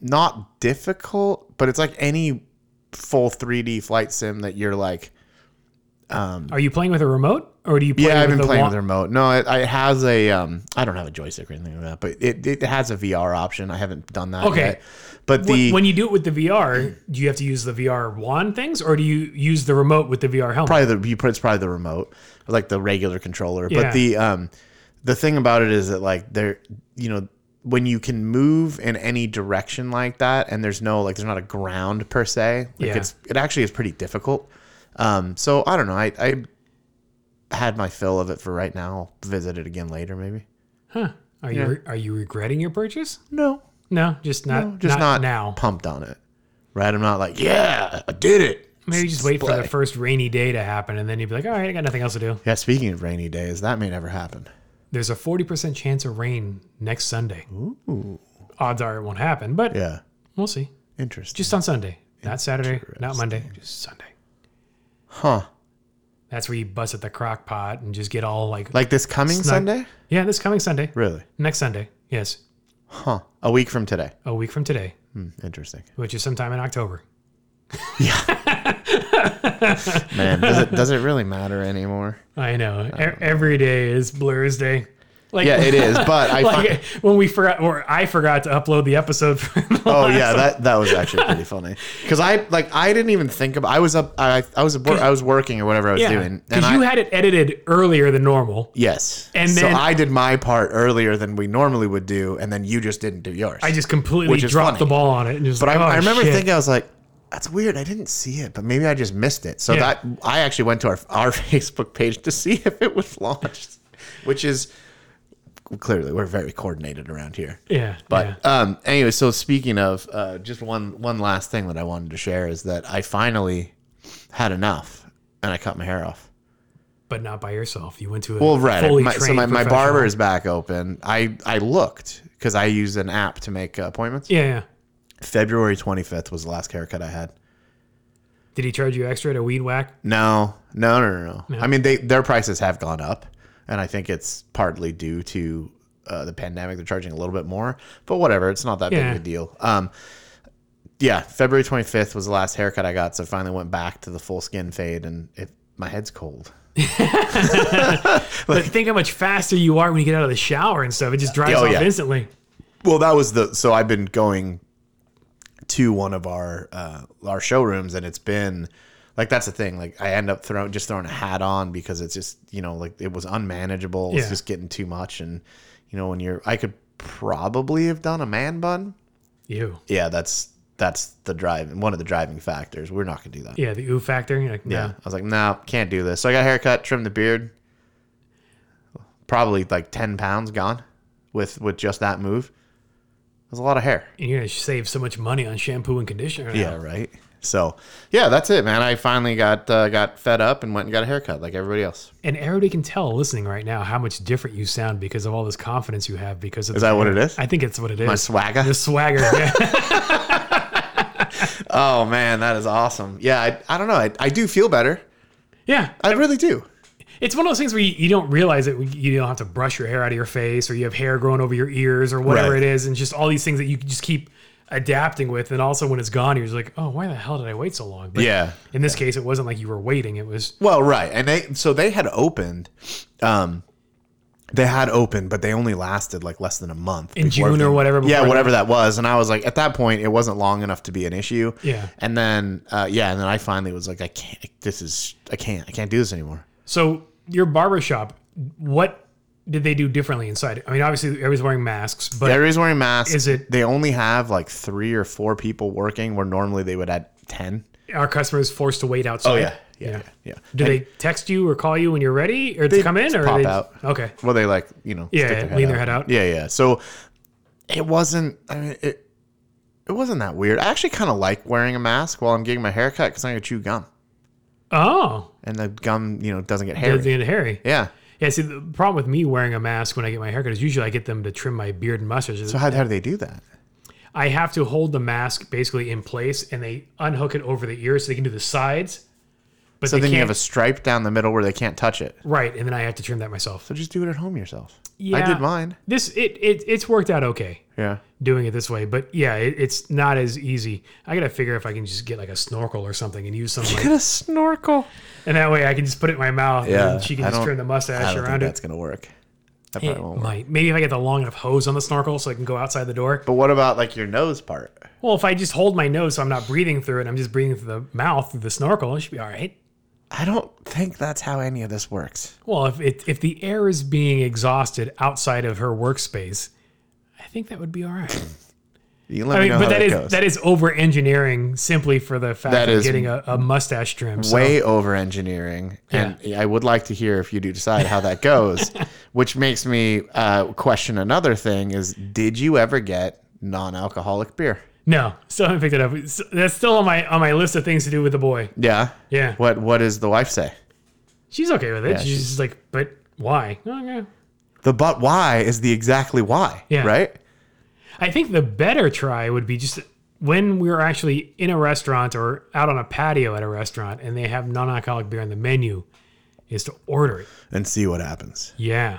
not difficult, but it's like any full 3D flight sim that you're like Are you playing with a remote, or do you? Play Yeah, I've with been a playing wa- with the remote. No, it, it has a. Um, I don't have a joystick or anything like that, but it, it has a VR option. I haven't done that. Okay. yet. but When- the when you do it with the VR, do you have to use the VR wand things, or do you use the remote with the VR helmet? probably the you put it's probably the remote, like the regular controller. Yeah. But the um, the thing about it is that like there, you know, when you can move in any direction like that, and there's no like there's not a ground per se. Like Yeah. it's it actually is pretty difficult. Um, so I don't know. I I had my fill of it for right now. I'll visit it again later, maybe. Huh. Are you are you regretting your purchase? No, No, just not just Uh, not, now. pumped on it. Right? I'm not like, yeah, I did it. Maybe just wait for play. the first rainy day to happen, and then you'd be like, all right, I got nothing else to do. Yeah, speaking of rainy days, that may never happen. There's a forty percent chance of rain next Sunday. Odds are it won't happen, but Yeah. we'll see. Interesting. Just on Sunday, not Saturday, not Monday, just Sunday. huh. That's where you bust at the crock pot and just get all like, Like this coming Sunday? yeah, this coming Sunday, Really? next Sunday, yes, Huh. A week from today. a week from today, Hmm, interesting. which is sometime in October. Man, does it does it really matter anymore? I know. E- every day is Blur's day. Like, Yeah, it is, but <laughs> I <laughs> like find, when we forgot, or I forgot to upload the episode. For the Oh last- yeah, that that was actually pretty funny. Cuz I like I didn't even think about I was up I I was wor- I was working or whatever I was doing and because you I had it edited earlier than normal. Yes. and so then- I did my part earlier than we normally would do, and then you just didn't do yours. I just completely Which is dropped the funny. ball on it, and just But like, I, oh, I remember shit. thinking I was like, "That's weird. I didn't see it, but maybe I just missed it." So Yeah. that I actually went to our <laughs> our Facebook page to see if it was launched, which is clearly we're very coordinated around here. yeah, But yeah. um, anyway, so speaking of uh, just one one last thing that I wanted to share is that I finally had enough, and I cut my hair off. but not by yourself. You went to a Well, right. fully My, so trained my, my professional. barber is back open. I I looked because I use an app to make uh, appointments. Yeah, yeah. February 25th was the last haircut I had. Did he charge you extra to weed whack? No, no, no, no, no. I mean, they their prices have gone up, and I think it's partly due to uh, the pandemic. They're charging a little bit more, but whatever. It's not that Yeah. big of a deal. Um, yeah, February 25th was the last haircut I got, so I finally went back to the full skin fade, and it, my head's cold. But think how much faster you are when you get out of the shower and stuff. It just dries Oh, off yeah. instantly. Well, that was the so I've been going to one of our uh, our showrooms, and it's been like that's the thing. Like I end up throwing just throwing a hat on because it's just you know like it was unmanageable. It's Yeah. just getting too much, and you know when you're I could probably have done a man bun. Ew. Yeah, that's that's the driving one of the driving factors. We're not gonna do that. Yeah, the ooh factor. You're like, no. I was like, no, can't do this. So I got a haircut, trimmed the beard, probably like ten pounds gone with with just that move. There's a lot of hair. and you're gonna save so much money on shampoo and conditioner. now. Yeah, right. So yeah, that's it, man. I finally got uh, got fed up and went and got a haircut like everybody else. And everybody can tell listening right now how much different you sound because of all this confidence you have. Because of is that what it is? I think it's what it is. My swagger. the swagger. yeah. <laughs> Oh man, that is awesome. Yeah, I, I don't know. I, I do feel better. yeah, I really do. it's one of those things where you, you don't realize it. You don't have to brush your hair out of your face, or you have hair growing over your ears, or whatever Right. it is, and just all these things that you just keep adapting with, and also when it's gone, you're just like, oh, why the hell did I wait so long? But Yeah. In this case, it wasn't like you were waiting. It was Well, right, and they so they had opened, um, they had opened, but they only lasted like less than a month In before June or everything- whatever Yeah, before whatever that was, and I was like, at that point, it wasn't long enough to be an issue. Yeah. and then uh, yeah, and then I finally was like, I can't. This is I can't. I can't do this anymore. so your barbershop. What did they do differently inside? I mean, obviously everybody's wearing masks, but Everybody's wearing masks. Is it- They only have like three or four people working where normally they would add ten. our customers forced to wait outside. Oh, yeah, yeah. yeah. Do they text you or call you when you're ready or to come in just or pop they out. okay? Well, they like you know Yeah, stick yeah, lean their head out. Yeah, yeah. So it wasn't. I mean, it it wasn't that weird. I actually kind of like wearing a mask while I'm getting my hair cut because I can chew gum, Oh, and the gum you know doesn't get they're hairy. the end of Harry. yeah. Yeah, see, the problem with me wearing a mask when I get my haircut is usually I get them to trim my beard and mustache. So how, how do they do that? I have to hold the mask basically in place and they unhook it over the ears so they can do the sides. But So they then can't, you have a stripe down the middle where they can't touch it. right, and then I have to trim that myself. So just do it at home yourself. I Yeah. did mine. This it, it it's worked out okay Yeah. doing it this way, but yeah, it, it's not as easy. I gotta figure if I can just get like a snorkel or something and use some, like, Get a snorkel. and that way I can just put it in my mouth Yeah, and she can I just don't- trim the I mustache don't around think it. that's gonna work. That It probably won't work. might maybe if I get the long enough hose on the snorkel so I can go outside the door. But what about like your nose part? Well, if I just hold my nose so I'm not breathing through it, I'm just breathing through the mouth through the snorkel. It should be all right. I don't think that's how any of this works. Well, if it, if the air is being exhausted outside of her workspace, I think that would be all right. You let I me mean, know but how that that is goes. that is over engineering simply for the fact That of is getting a, a mustache trim. So way over engineering and i would like to hear if you do decide how that <laughs> goes which makes me uh, question another thing is did you ever get non-alcoholic beer no, still haven't picked it up. It's- That's still on my on my list of things to do with the boy. yeah Yeah, what what does the wife say she's okay with it. she's, she's- just like, but why? Okay. the but why is the exactly why Yeah. right I think the better try would be just when we're actually in a restaurant or out on a patio at a restaurant and they have non-alcoholic beer on the menu, is to order it. and see what happens Yeah.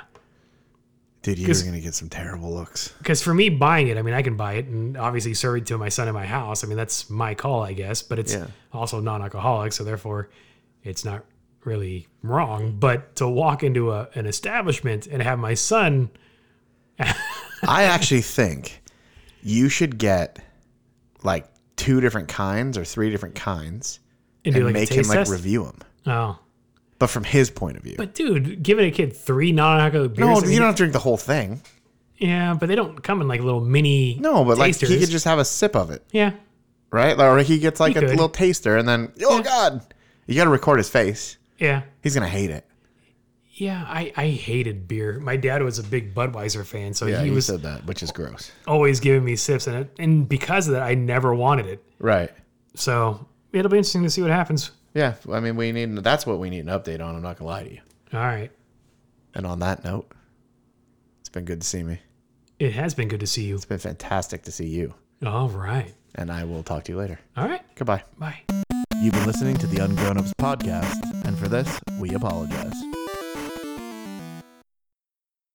dude you're gonna get some terrible looks because for me buying it, I mean, I can buy it and obviously serve it to my son in my house. I mean, that's my call, I guess. But it's Yeah. also non-alcoholic, so therefore, it's not really wrong. But to walk into a, an establishment and have my son, i actually think you should get like two different kinds or three different kinds and do and like make a him taste like test. review them oh, but from his point of view but dude, giving a kid three non-alcoholic beers, no I mean, you don't have to drink the whole thing yeah, but they don't come in like little mini. No, but like tasters. he could just have a sip of it, yeah. right? Or he gets like He a could. little taster, and then oh god, you got to record his face. Yeah, He's gonna hate it. yeah. I, I hated beer. My dad was a big Budweiser fan, so Yeah, he he, was said that, which is gross. always giving me sips, and it, and because of that, I never wanted it. Right. So it'll be interesting to see what happens. Yeah. I mean, we need that's what we need an update on. I'm not gonna lie to you. All right. And on that note, it's been good to see me. It has been good to see you. It's been fantastic to see you. All right. And I will talk to you later. All right. Goodbye. Bye. You've been listening to the Ungrown Ups podcast, and for this, we apologize.